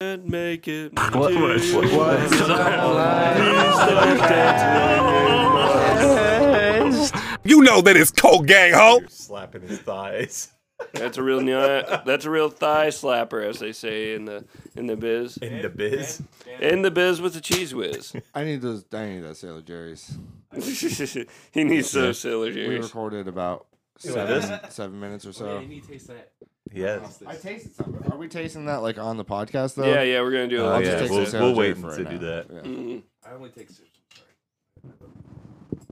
can't make it. What- what- what- what? You know that it's coke gang, ho. slapping his thighs. That's a real ni- that's a real thigh slapper, as they say in the in the biz. In the biz. In the biz with the cheese whiz. I need those. I need that Sailor Jerry's. he needs those Sailor We Jerry's. recorded about seven seven minutes or so. Yes. I tasted some. Are we tasting that like on the podcast though? Yeah, yeah, we're gonna do a I'll Oh, live yeah. just test. take We'll- some Sailor we'll Jerry wait for to right do now. that. Yeah. Mm. I only take six.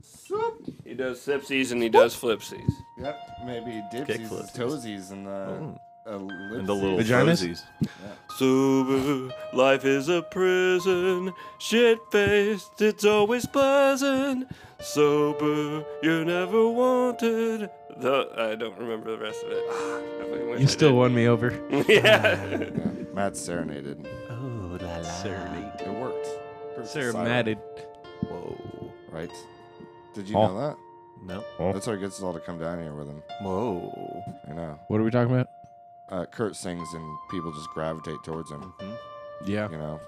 Sorry. He does sipsies and he does flipsies. Yep. Maybe dipsies, flips. Oh. toesies, and the uh, And the little Vaginas? rosies. Sober, life is a prison. Shit faced, it's always pleasant. Sober, you're never wanted. The, I don't remember the rest of it. I fucking wish I You still did. won me over. yeah. Yeah, Matt serenaded. Oh, It worked. Perfect Sir silence, Matted. Whoa. Right. Did you Oh. know that? No. That's how he gets us all to come down here with him. Whoa. I know. What are we talking about? Uh, Kurt sings and people just gravitate towards him. Yeah. You know.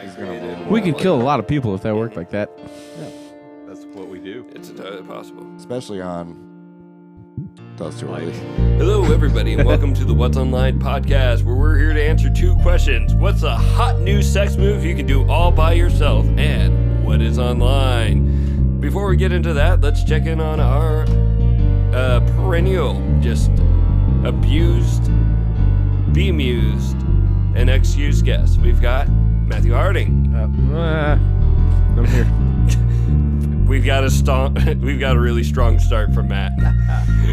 He's gonna rule. We could kill a lot of people if that worked like that. That's what we do. It's entirely possible. especially on. That's too early. Hello, everybody, and welcome to the What's Online podcast, where we're here to answer two questions What's a hot new sex move you can do all by yourself? And what is online? Before we get into that, let's check in on our uh, perennial, just abused, bemused, and excused guest. We've got Matthew Harding. Uh, I'm here. We've got a ston- We've got a really strong start from Matt.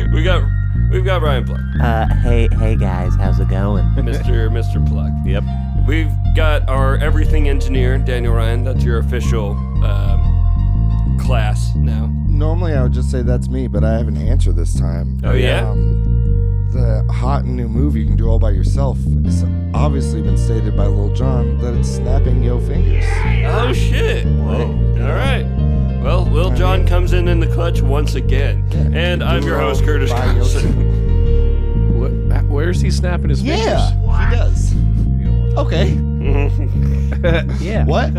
we got we've got Ryan Pluck, Uh, hey, hey guys, how's it going? Mr. Mr. Pluck. Yep. We've got our everything engineer, Daniel Ryan. That's your official um, class now. Normally, I would just say that's me, but I have an answer this time. Oh, yeah? Um, the hot new move you can do all by yourself has obviously been stated by Lil Jon that it's snapping yo fingers. Oh shit! Whoa. All right. Well, Lil John comes in in the clutch once again, and I'm your host, Curtis By Johnson. yourself. What, where's he snapping his Yeah, he does. Okay. fingers? Yeah. What?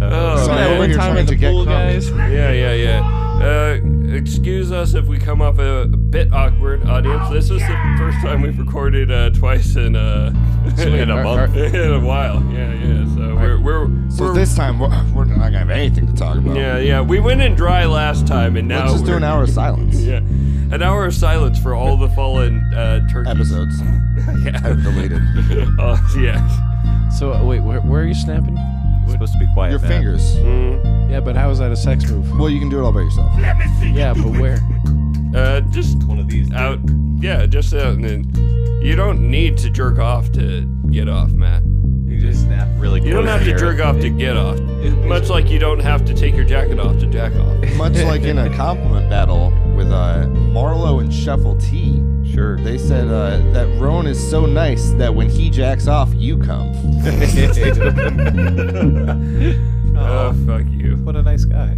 Oh, Sorry, man. over here trying to get cum. Yeah, yeah, yeah. Uh, excuse us if we come off a, bit awkward, audience. This is the first time we've recorded uh, twice in, uh, in Are- a month, in a while. Yeah, yeah. So we're we're, So we're this time we're, we're not gonna have anything to talk about. Yeah, yeah. We went in dry last time, and now Let's just do we're- an hour of silence. Yeah, an hour of silence for all the fallen uh, turkeys. Episodes. I've deleted Uh, yeah. So uh, wait, where, where are you snapping? It's supposed to be quiet. your Matt. fingers. Mm. Yeah, but how is that a sex move? Well, you can do it all by yourself. Yeah, but where? Uh, just One of these. out. Yeah, just out, and then you don't need to jerk off to get off, Matt. You just snap really You don't have to jerk off to get off. Much like you don't have to take your jacket off to jack off. Much like in a compliment battle with uh, Marlowe and Shuffle T. Sure. They said uh, that Roan is so nice that when he jacks off, you come. Oh, fuck you. What a nice guy.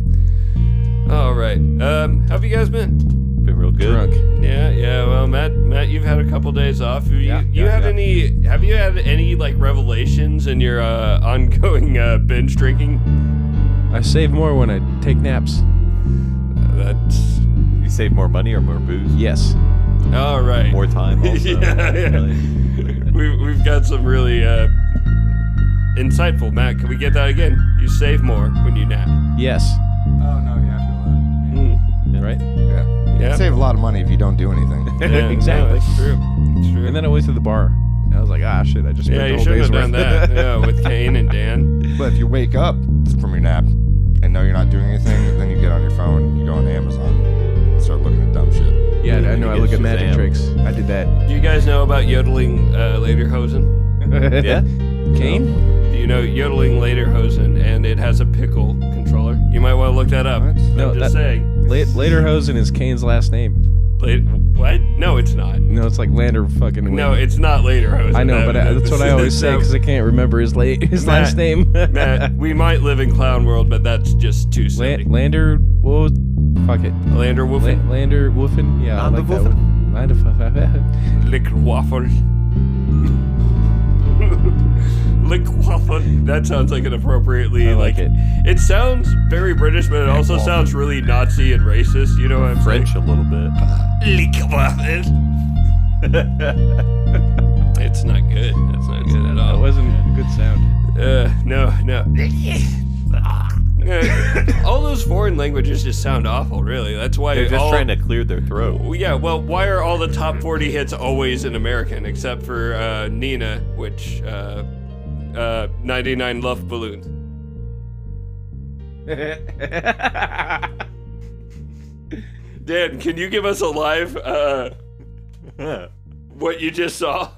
All right. Um, how have you guys been? Been real good. Yeah, yeah. Well, Matt, Matt, you've had a couple days off. Have you, Yeah, you yeah, had yeah. any? Have you had any like revelations in your uh, ongoing uh, binge drinking? I save more when I take naps. That's You save more money or more booze? Yes. all right. More time also. Yeah, yeah. Really. We, we've got some really uh, insightful. Matt, can we get that again? You save more when you nap. Yes. Oh, no, yeah, Mm. Right. I feel that. Yeah. Yeah. Save a lot of money if you don't do anything. Yeah, no, exactly. that's true. It's true. And then I went to the bar. I was like, ah, shit! I just yeah, you spent the whole shouldn't day's have done worth. that. yeah, with Kane and Dan. but if you wake up from your nap and know you're not doing anything, then you get on your phone, you go on Amazon, and start looking at dumb shit. Yeah, I You know. I get look at magic Shazam. tricks. I did that. Do you guys know about yodeling uh, lederhosen? Yeah? Kane. you know, yodeling lederhosen, and it has a pickle controller. You might want to look that up. What? I'm No, just that- saying. La- Lederhosen is Kane's last name. La- what? No, it's not. No, it's like Lander fucking. No, Wing. it's not lederhosen. I know, That- but I, that's what I always say because I can't remember his late his Matt, last name. Matt, we might live in clown world, but that's just too La- silly. Lander. Whoa. Fuck it. Lander La- Wolfen, Lander Wolfen. Yeah, I Lander like that one. Lander Wolfen. Lick Waffle. like quaffin. That sounds like an appropriately I like it. It sounds very British, but it also sounds really Nazi and racist. You know what I'm French a little bit. saying? Lickwaffin. it's not good. That's not good at That all. wasn't a good sound. Uh, no, no. Uh, all those foreign languages just sound awful. Really, that's why They're just all, trying to clear their throat. Well, Yeah, well, why are all the top 40 hits always in American, except for uh, Nina, which uh, uh, 99 Love Balloons? Dan, can you give us a live uh, what you just saw?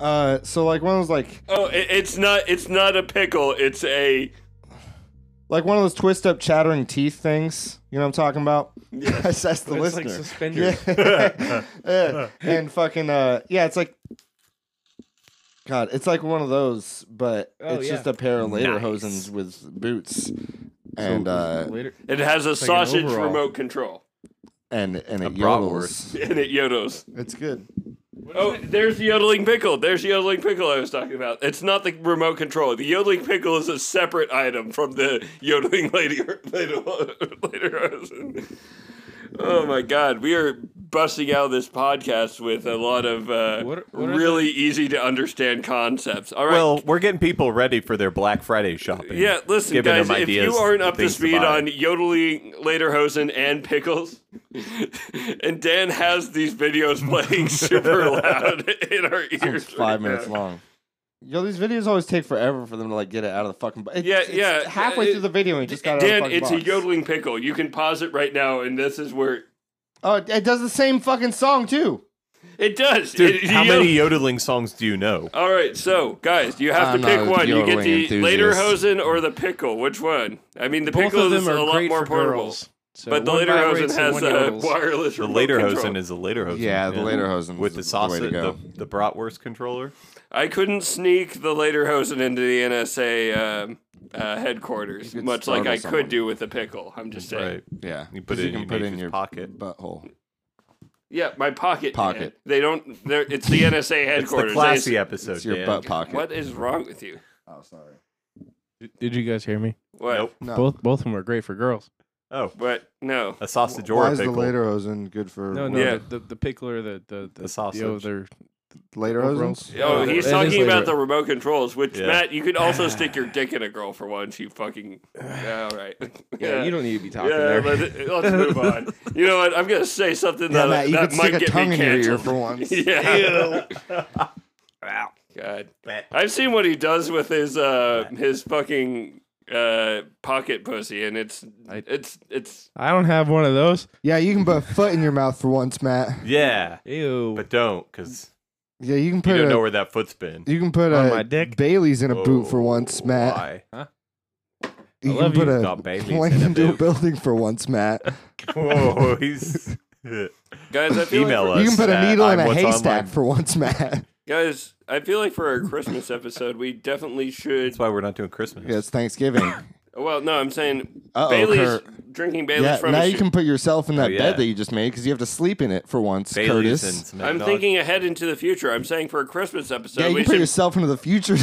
Uh, so like one of those like Oh, it, it's not it's not a pickle. It's a like one of those twist up chattering teeth things. You know what I'm talking about? Yes. That's the It's like listener. suspenders. Yeah. Yeah. and fucking uh yeah, it's like God, it's like one of those, but Oh, it's yeah. just a pair of lederhosens with boots and uh Later. it has a like an sausage overall. remote control and and A it bratwurst. yodels. and it yodels. It's good. Oh, there's the yodeling pickle. There's the yodeling pickle I was talking about. It's not the remote control. The yodeling pickle is a separate item from the yodeling lady later. later oh my god, we are busting out this podcast with a lot of uh, What are- what are really easy to understand concepts. All right. Well, we're getting people ready for their Black Friday shopping. yeah, listen, giving guys. them If you ideas aren't of up to things to speed buy. on yodeling, lederhosen, and pickles, and Dan has these videos playing super loud in our ears. It's five right now. minutes long. Yo, these videos always take forever for them to like get it out of the fucking. Bo- It's- Yeah, it's yeah, Halfway uh, through the video, and it just got out Dan, of the fucking it's a box. yodeling pickle. You can pause it right now, and this is where Oh, it- it does the same fucking song too. it does. Dude, It- how you- many yodeling songs do you know? All right, so guys, you have to I'm not pick a one. You get yodeling the enthusiast. lederhosen or the pickle. Which one? I mean, the Both pickle of is them a are lot great more for portable, girls. So but the one lederhosen vibrates and has one a yodels. wireless. The remote lederhosen control. is a lederhosen. Yeah, the lederhosen with the is the way sausage, to the, go. the bratwurst controller. I couldn't sneak the lederhosen into the NSA um, uh, headquarters, could much like startle I someone. could do with the pickle. I'm just saying. Right. Yeah, You put 'Cause it in your nature's pocket. butthole. Yeah, my pocket. Pocket. They don't. they're- It's the NSA It's the headquarters. They- classy episode. It's your Dan. butt pocket. What is wrong with you? Oh, sorry. Did you guys hear me? What? Nope. No. Both both of them are great for girls. Oh, But no. a sausage or Why a is the pickle. lederhosen good for? No, no, Yeah. the, the the pickler, the the the, sausage. The other, lederhosens. Oh, Yeah, he's it is talking about later. the remote controls, which Yeah. Matt, you could also stick your dick in a girl for once. You fucking. Yeah, all right. yeah, you don't need to be talking Yeah, there. let, us move on. You know what? I'm gonna say something Yeah, that, Matt, you that could might stick a get tongue me in your ear canceled. for once. yeah. God. I've seen what he does with his uh his fucking uh pocket pussy, and it's it's it's I don't have one of those. Yeah, you can put a foot in your mouth for once, Matt. Yeah, Ew. but don't, because Yeah, you can you put don't a know where that foot's been. you can put On a my dick? Bailey's in a boot for Oh, once, Matt. Why? I You can love put you. a Got Baileys plane in a into a boot. building for once, Matt. Whoa, he's. Email guys. I feel like us. You can put a at needle in I'm a What's haystack Online. for once, Matt. guys, I feel like for our Christmas episode, we definitely should. That's why we're not doing Christmas. Yeah, it's Thanksgiving. Well, no, I'm saying Uh-oh, Bailey's Kurt. drinking Bailey's yeah, from. now a you shoe- can put yourself in that Oh, yeah. bed that you just made because you have to sleep in it for once, Baileys and Curtis. some I'm eggnog. thinking ahead into the future. I'm saying for a Christmas episode, Yeah, you we can put should. yourself into the future.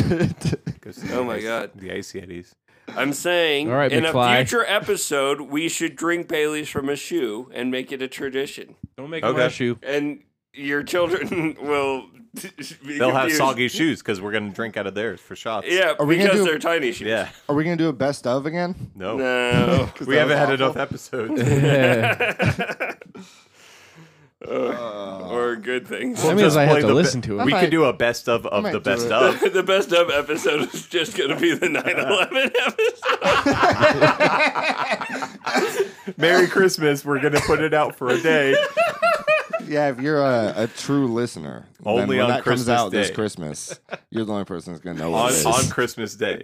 Goes- Oh my God. The icy eddies. I'm saying All right, in McFly. a future episode, we should drink Bailey's from a shoe and make it a tradition. don't make Okay. my shoe. And your children will. Be They'll have confused. soggy shoes because we're gonna drink out of theirs for shots. Yeah, Are we gonna because do- they're tiny shoes. Yeah. Are we gonna do a best of again? No. No. 'Cause We that was haven't had awful. enough episodes. Yeah. or good things. that means just I play have the to bi- listen to it. we might- could do a best of of might the do best it. of. the best of episode is just going to be the 9 11 episode. Merry Christmas. We're gonna put it out for a day. Yeah, if you're a, a true listener, then Only when on that comes Christmas out this Day. Christmas, you're the only person that's gonna know what on, it is. on Christmas Day.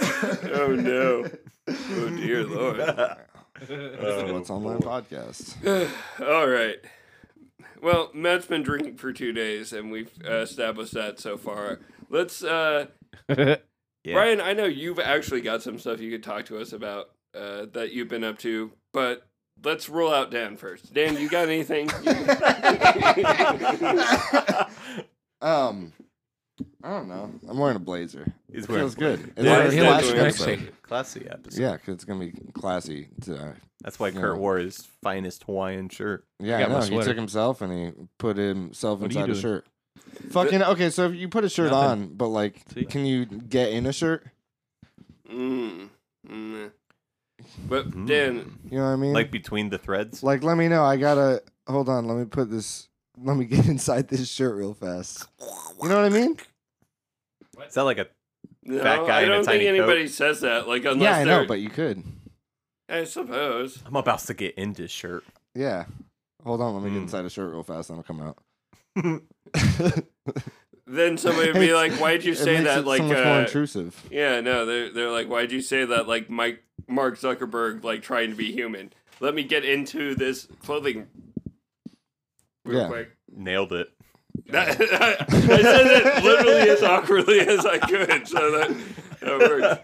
oh, no. Oh, dear Lord. What's on my podcast? All right. Well, Matt's been drinking for two days, and we've uh, established that so far. Let's, uh, Brian. I know you've actually got some stuff you could talk to us about uh, that you've been up to, but let's rule out Dan first. Dan, you got anything? Um, I don't know. I'm wearing a blazer. He's It wearing feels a good. It's Yeah, our he's heel definitely action wearing a episode. blazer. Classy episode. Yeah, 'cause it's gonna be classy uh, today. That's why Yeah. Kurt wore his finest Hawaiian shirt. Yeah, got I my know. He sweater. took himself and he put himself What are you inside a doing? shirt. Fucking okay. So if you put a shirt Nothing. on, but like, See? can you get in a shirt? Mm. Mm. Hmm. But Dan, You know what I mean? Like between the threads. like let me know. I gotta hold on. Let me put this. Let me get inside this shirt real fast. You know what I mean? Is that like a no, Fat guy I in a don't think tiny coat. anybody says that. Like unless yeah, I know, they're- but you could. I suppose. I'm about to get into shirt. Yeah. Hold on. Let me get Hmm. Mm. inside a shirt real fast, and I'll come out. Then somebody would be like, "Why'd you It say makes that?" it like, so much more uh, intrusive. yeah, no, they're they're like, "Why'd you say that?" Like Mike Mark Zuckerberg, like trying to be human. Let me get into this clothing real Yeah. quick. Nailed it. That, I said it literally as awkwardly as I could, so that that works.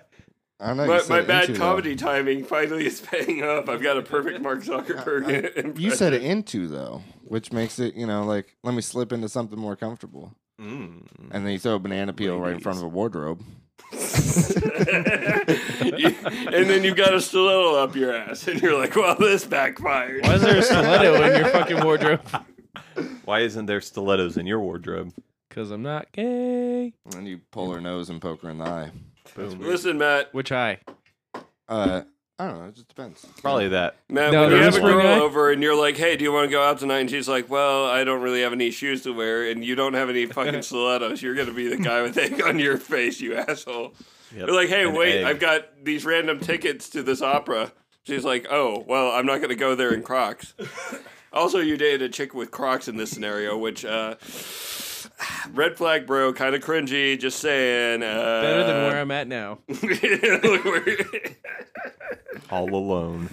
I don't know. you My, said my it bad into, comedy timing finally is paying off. I've got a perfect Mark Zuckerberg. Though. impression. You said it into though, which makes it you know like let me slip into something more comfortable. Hmm. Mm. And then you throw a banana peel right in front of a wardrobe. You- and then you got a stiletto up your ass, and you're like, "Well, this backfired." Why is there a stiletto in your fucking wardrobe? Why isn't there stilettos in your wardrobe? Because I'm not gay. And then you pull her nose and poke her in the eye. Listen, Matt. Which eye? Uh, I don't know. It just depends. Probably that. Matt, No, when the you have a whispering girl guy? over and you're like, "Hey, do you want to go out tonight?" and she's like, "Well, I don't really have any shoes to wear, and you don't have any fucking stilettos. You're gonna be the guy with egg on your face, you asshole." Yep. You're like, "Hey, An wait, egg. I've got these random tickets to this opera." She's like, "Oh, well, I'm not gonna go there in Crocs." also, you dated a chick with Crocs in this scenario, which. uh Red flag, bro. Kind of cringy. Just saying. Uh, Better than where I'm at now. Look where- all alone.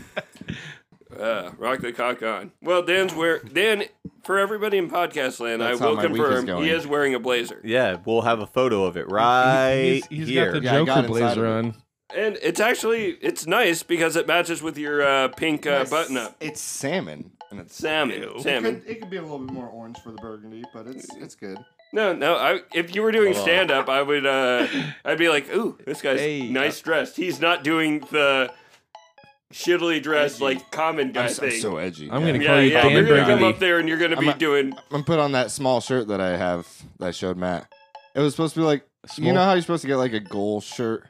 Uh, rock the cock on. Well, Dan's wear Dan for everybody in podcast land. That's I will how my week is confirm going. he is wearing a blazer, Yeah, we'll have a photo of it right He's, he's here. got the Yeah, I Joker got inside blazer of it. on. and it's actually it's nice because it matches with your uh, pink uh, button up. It's salmon, and it's Salmon, salmon. it could be a little bit more orange for the burgundy, but it's it's good. No, no. I, if you were doing stand up, I would. Uh, I'd be like, "Ooh, this guy's Hey, uh, nice dressed. He's not doing the shittily dressed like common guy I'm, so- I'm thing." so edgy. I'm yeah. gonna yeah, call you yeah. Dan You're gonna come Burgundy. up there and you're gonna be I'm a- doing. I'm gonna put on that small shirt that I have that I showed Matt. It was supposed to be like you Small. know how you're supposed to get like a goal shirt.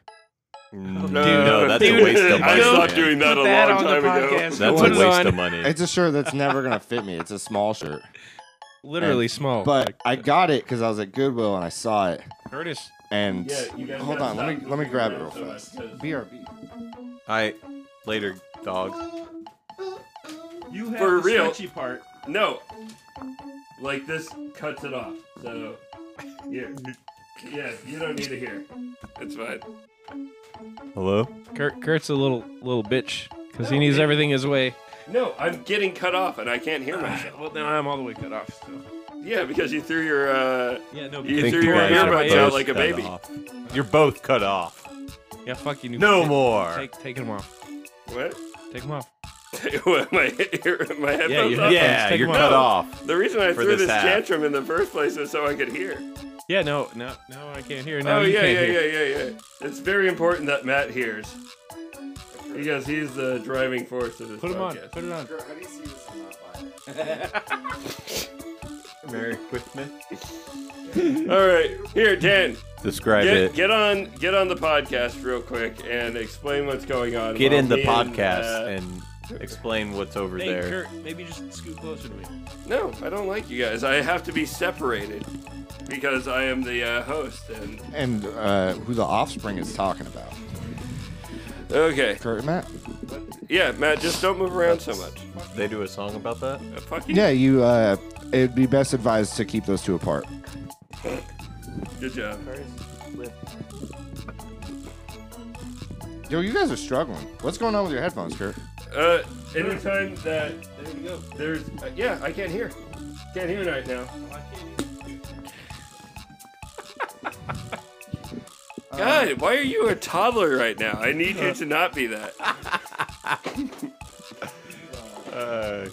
No, No, no, that's a dude, waste of money. I stopped man. doing that a Put that long on the time ago. podcast. That's a Put it waste on. of money. It's a shirt that's never gonna fit me. It's a small shirt, Literally small. but I got it because I was at Goodwill and I saw it. Curtis. And you guys hold gotta on, let stop me let me grab it real doing that so fast. much, 'cause- BRB. I later, dog. You have For the real. stretchy part. No. Like this cuts it off. So yeah, yeah, you don't need to hear. It's fine. Hello. Kurt, Kurt's a little little bitch because he needs everything his way. No, I'm getting cut off and I can't hear myself. Well, now I'm all the way cut off. So. Yeah, because you threw your uh Yeah, no. You Think threw your guys are earbuds out both like a cut baby. off. You're both cut off. Yeah, fuck you. New No take, more. Take, take them off. what? Take them off. What, my ear- my headphones you- off? Yeah, yeah, take you're them cut out. off. The reason I For threw this this app. tantrum in the first place was so I could hear. Yeah, no, no, no. I can't hear. Now oh you yeah, can't yeah, hear. yeah, yeah, yeah. It's very important that Matt hears. Because he's the driving force of this Put them on. podcast. Put it on. Merry Christmas. All right, here, Dan. Describe get, it. get on get on the podcast real quick and explain what's going on. Get while in the me podcast and, uh, and explain what's over Hey, there. Kurt, maybe just scoot closer to me. uh, no, I don't like you guys. I have to be separated because I am the uh, host. And And uh, who the offspring is talking about? okay, Kurt and Matt. yeah, Matt, just don't move around so much. They do a song about that. Uh, fuck you. Yeah, you. Uh, it'd be best advised to keep those two apart. Good job. Yo, you guys are struggling. What's going on with your headphones, Kurt? Uh, anytime that There you go. there's uh, yeah, I can't hear. Can't hear right now. God, why are you a toddler right now? I need you to not be that. Uh,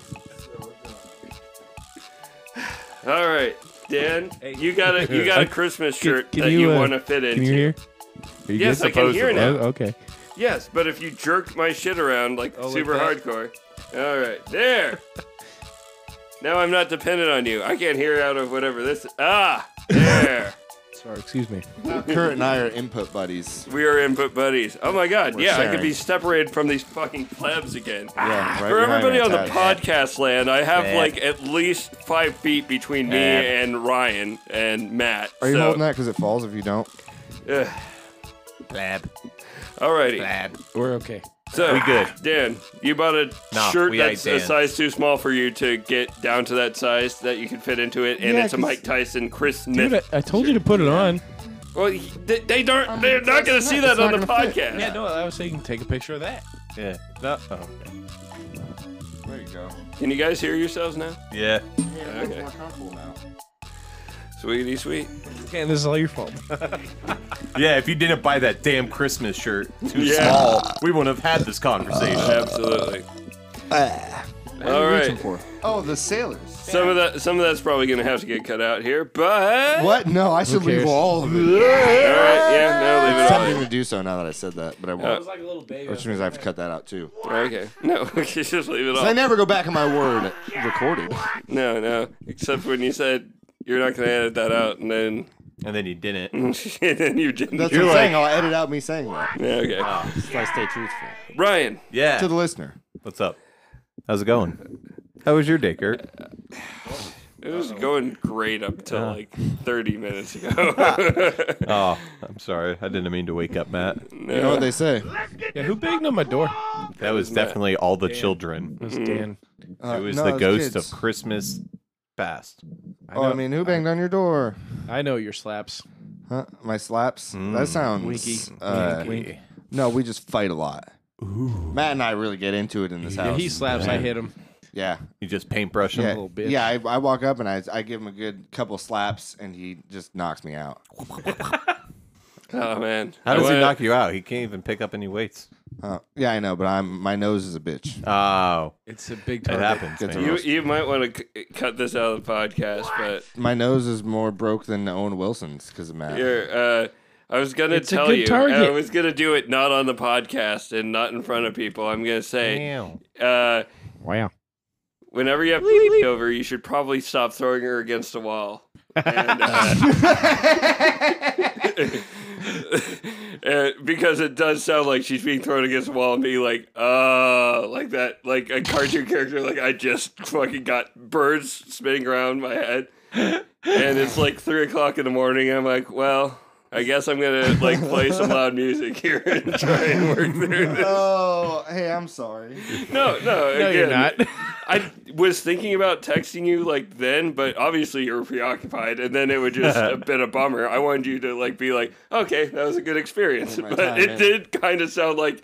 All right. Dan, you got a you got a I- Christmas Can- shirt can that you, uh, want to fit into. Can you hear? Are you Yes, good? I can hear now. Oh, okay. Yes, but if you jerk my shit around like Oh, like super that? hardcore. All right, there. now I'm not dependent on you. I can't hear out of whatever this. Ah, there. Sorry, excuse me. Uh, Kurt and I are input buddies. we are input buddies. Oh my god, We're yeah, I could sharing. be separated from these fucking plebs again. Yeah, right For behind everybody our on the tabs. podcast land, I have Yeah. like at least five feet between me Yeah. and Ryan and Matt. Are you so, holding that because it falls if you don't? Ugh. Blab, Alrighty. blab. We're okay. So We good. Dan, you bought a Nah, shirt we that's ain't a Dan. size too small for you to get down to that size that you can fit into it, and Yeah, it's a 'cause- Mike Tyson Chris Smith. Dude, I, I told you to put it on. well, he- they, they don't. they're not going to see that Um, it's on not the gonna fit. podcast. no, I was saying take a picture of that. Yeah. No. Oh. There you go. Can you guys hear yourselves now? Yeah. Yeah, Okay. more comfortable now. Sweetie, sweet. And this is all your fault. Yeah. If you didn't buy that damn Christmas shirt, too Yeah. small, we wouldn't have had this conversation. Uh, Absolutely. All right. Oh, the sailors. Some of that, some of that's probably going to have to get cut out here, but What? No, I should leave cares? all of it. All right, yeah, no, leave Something it to do so now that I said that, but I won't. like a little baby. Which means I have to cut that out too. on. Okay, no, just leave it 'Cause I off. never go back on my word recorded. No, no, except when you said you're not going to edit that out, and then And then you didn't. and then you didn't. That's do what I'm it. saying. I'll edit out me saying that. Yeah, okay. Just I stay truthful. Ryan, Yeah. To the listener. What's up? How's it going? How was your day, Kurt? it was going great up till like 30 minutes ago. Uh, Oh, I'm sorry. I didn't mean to wake up Matt. You know what they say? Yeah, who banged on my door? That was definitely all the children. It was Dan. Uh, it was no, the ghost kids. of Christmas past. I know, Oh, I mean, who banged on your door? I know your slaps. Huh? My slaps. that sounds. Hmm. Winky. uh, Wink. No, we just fight a lot. Matt and I really get into it in this Yeah, house. he slaps. I hit him. yeah, You just paintbrush him. yeah, little bitch. yeah. I, I walk up and I, I give him a good couple slaps, and he just knocks me out. oh man, How does I he went- knock you out? He can't even pick up any weights. Uh, yeah, I know, but I'm my nose is a bitch. Oh, It's a big it target. happens. Gets man. You you might want to c- cut this out of the podcast, My nose is more broke than Owen Wilson's because of Matt. but you're. Uh, I was gonna It's a tell good you. target. I was gonna do it not on the podcast and not in front of people. I'm gonna say, Damn. uh, Wow. whenever you have pee over, you should probably stop throwing her against the wall. And, uh, and- Uh, because it does sound like she's being thrown against the wall and being like, uh, like that, like a cartoon character, like I just fucking got birds spinning around my head. And it's like three o'clock in the morning. I'm like, well, I guess I'm gonna like play some loud music here and try and work through this. Oh, hey, I'm sorry. No, no, No, you're again, not. I was thinking about texting you like then, but obviously you were preoccupied, and then it would just have been a bummer. I wanted you to like be like, okay, that was a good experience, Well, my but time, it man. did kind of sound like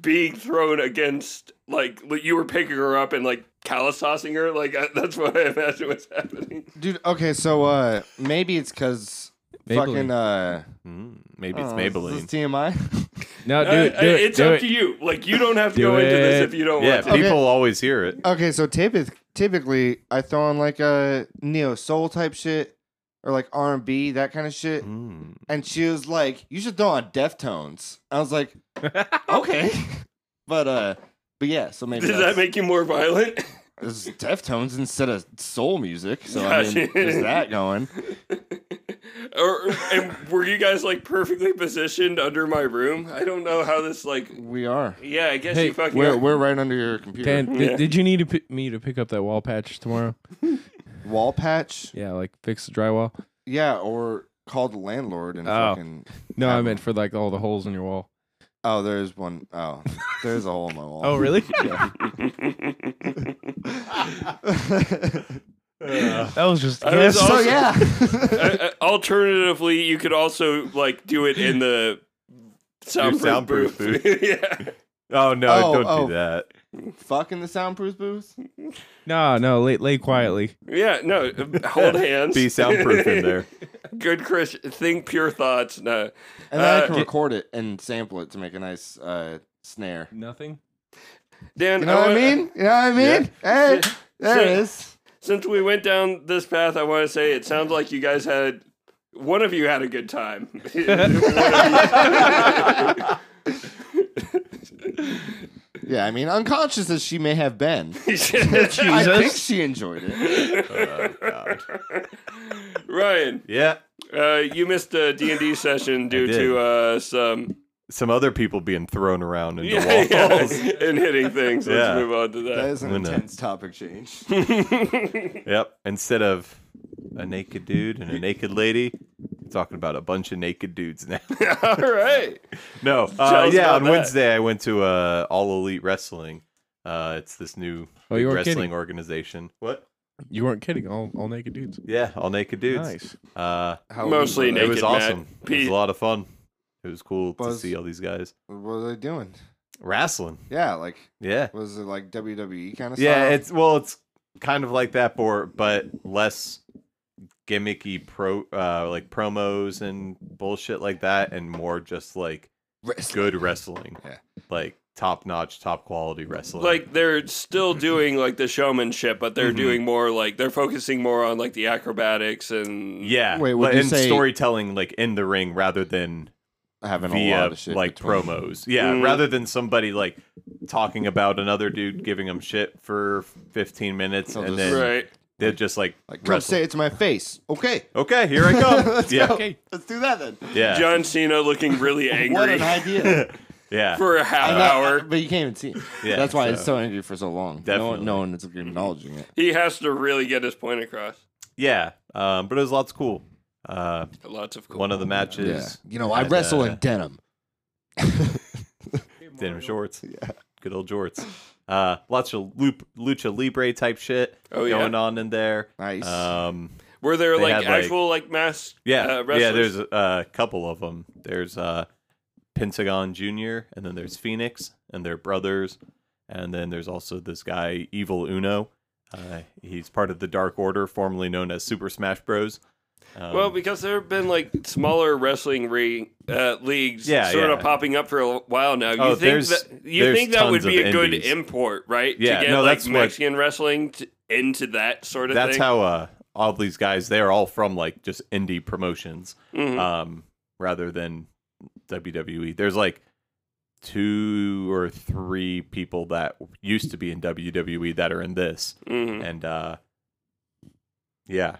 being thrown against, like li- you were picking her up and like callousing her. Like I, that's what I imagine was happening. Dude, okay, so uh maybe it's cause Maybelline. fucking uh Mm, maybe it's oh, is this Maybelline. TMI. No, do Uh, it. Do uh, it. it's do up it. to you. Like you don't have to Do go into this it. if you don't Yeah, want to. people always hear it. okay, so typically, typically I throw on like a neo soul type shit or like R and B, that kind of shit. Mm. And she was like, You should throw on Deftones. I was like, Okay. but uh but yeah, so maybe Does that that's- make you more violent? it's Deftones instead of soul music. So I mean Gotcha. there's that going. or and were you guys like perfectly positioned under my room? I don't know how this like. We are. Yeah, I guess Hey, you fucking. We're Where, we're right under your computer. Dan, did, Yeah. did you need to pi- me to pick up that wall patch tomorrow? Wall patch. Yeah, like fix the drywall. Yeah, or call the landlord and Oh. fucking No, I meant for like all the holes in your wall. Oh, there's one oh there's a hole in my wall. Oh, really? that was just a I was guess. also- uh, so yeah. alternatively, you could also like do it in the soundproof, soundproof booth. yeah. Oh no! Oh, don't oh. do that. Fucking the soundproof booth. No, no, lay, lay quietly. Yeah, no, uh, hold hands. Be soundproof in there. Good Chris, think pure thoughts. No. And then I Uh, can record it and sample it to make a nice uh, snare. Nothing. Dan, You know what I wanna- mean? You know what I mean? Hey, there it is. since we went down this path, I want to say it sounds like you guys had one of you had a good time. One of Yeah, I mean, unconscious as she may have been, you- I think Jesus. she enjoyed it. Ryan, Yeah. uh, you missed a D and D session due did. to uh, some Some other people being thrown around into Yeah, yeah, walls. and hitting things. Let's Yeah. move on to That that. is an Wouldn't it? intense topic change. Yep. Instead of a naked dude and a naked lady, we're talking about a bunch of naked dudes now. All right. no. Tell Uh, us yeah. about On that. Wednesday, I went to uh, All Elite Wrestling. Uh, it's this new Oh, you big were wrestling kidding. organization. What? You weren't kidding. All, all naked dudes. Yeah, all naked dudes. Nice. Uh, How Mostly were it naked. was awesome. Matt. It was Pete. a lot of fun. It was cool Was- to see all these guys What were they doing? wrestling. Yeah, like Yeah, was it like WWE kind of yeah. style? It's well, it's kind of like that, bor- but less gimmicky pro uh, like promos and bullshit like that, and more just like Wrestling. good wrestling. Yeah. like top notch, top quality wrestling. Like they're still doing like the showmanship, but they're Mhm. doing more like they're focusing more on like the acrobatics and yeah, Wait, would like, you and say- storytelling like in the ring rather than having a via lot of shit like between. promos. Yeah, Mm. rather than somebody like talking about another dude giving him shit for 15 minutes They'll and just- then right. they're just like, Like, come wrestle. say it to my face. Okay. okay, here I come. Let's yeah, go. Let's do that then. yeah, John Cena looking really What angry an idea. yeah. for a half I'm not- hour. But you can't even see. it. Yeah, That's why so- it's so angry for so long. No one, Definitely. no one is acknowledging it. He has to really get his point across. yeah. Um, but it was lots cool. Uh, Lots of cool. one of the matches, You know, I Had, wrestle uh, in denim. denim shorts, yeah, good old jorts. Uh, lots of loop, lucha libre type shit Oh, yeah. going on in there. Nice. Um, Were there They like had, like- actual like mass? Yeah, uh, yeah. wrestlers? There's a uh, couple of them. There's uh, Pentagon Junior, and then there's Phoenix, and they're brothers. And then there's also this guy, Evil Uno. Uh, he's part of the Dark Order, formerly known as Super Smash Bros. Um, well because there have been like smaller wrestling re- uh, leagues Yeah, sort of yeah. popping up for a while now. You Oh, think there's- that you there's think that would tons be of a good indies. import, right? Yeah, to get no, like that's what- Mexican wrestling to, into that sort of that's thing. how uh, all these guys. They're all from like just indie promotions, Mhm. um, rather than WWE. There's like two or three people that used to be in WWE that are in this. Mhm. and uh yeah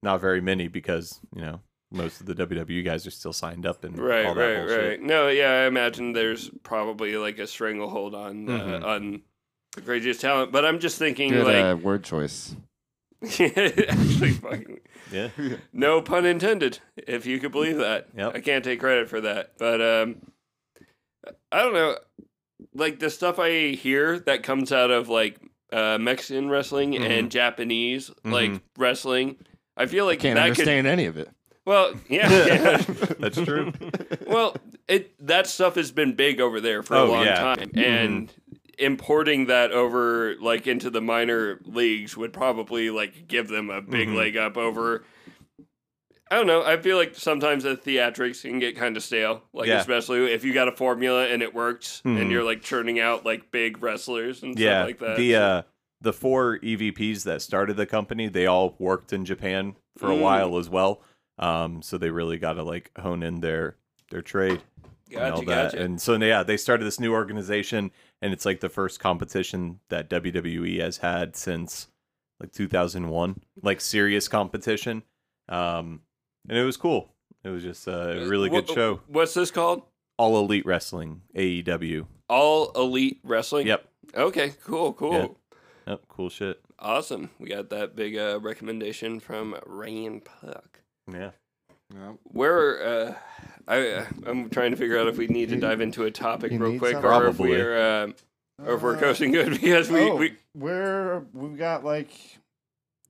not very many because you know most of the WWE guys are still signed up and Right, all that right, bullshit. right. No, yeah, I imagine there's probably like a stranglehold on Mhm. uh, on the craziest talent. But I'm just thinking Good like uh, word choice. actually fucking Yeah. No pun intended, if you could believe that. Yep. I can't take credit for that. But um I don't know. Like the stuff I hear that comes out of like uh, Mexican wrestling and Japanese like Mhm. wrestling, I feel like Can't that understand any of it. could well, yeah, yeah. That's true. well, it that stuff has been big over there for a Oh, long yeah. time, and importing that over like into the minor leagues would probably like give them a big Mhm. leg up over. I don't know. I feel like sometimes the theatrics can get kind of stale, like Yeah. especially if you got a formula and it works, and Mhm. you're like churning out like big wrestlers and yeah. stuff like that. The uh the four EVPs that started the company, they all worked in Japan for a Mm. while as well. Um so they really got to like hone in their their trade. and all gotcha, that. gotcha. And so yeah, they started this new organization, and it's like the first competition that WWE has had since like 2001, like serious competition. Um, and it was cool. It was just a really good Uh, Wha- show. What's this called? All Elite Wrestling, AEW. All Elite Wrestling. Yep. Okay. Cool. Cool. Yeah. Yep. Cool shit. Awesome. We got that big uh, recommendation from Ryan Puck. Yeah. Where uh, I uh, I'm trying to figure out if we need to dive into a topic You real need Uh, quick something? or if Probably. we're um or if we're coasting good because we, oh, we we're we've got like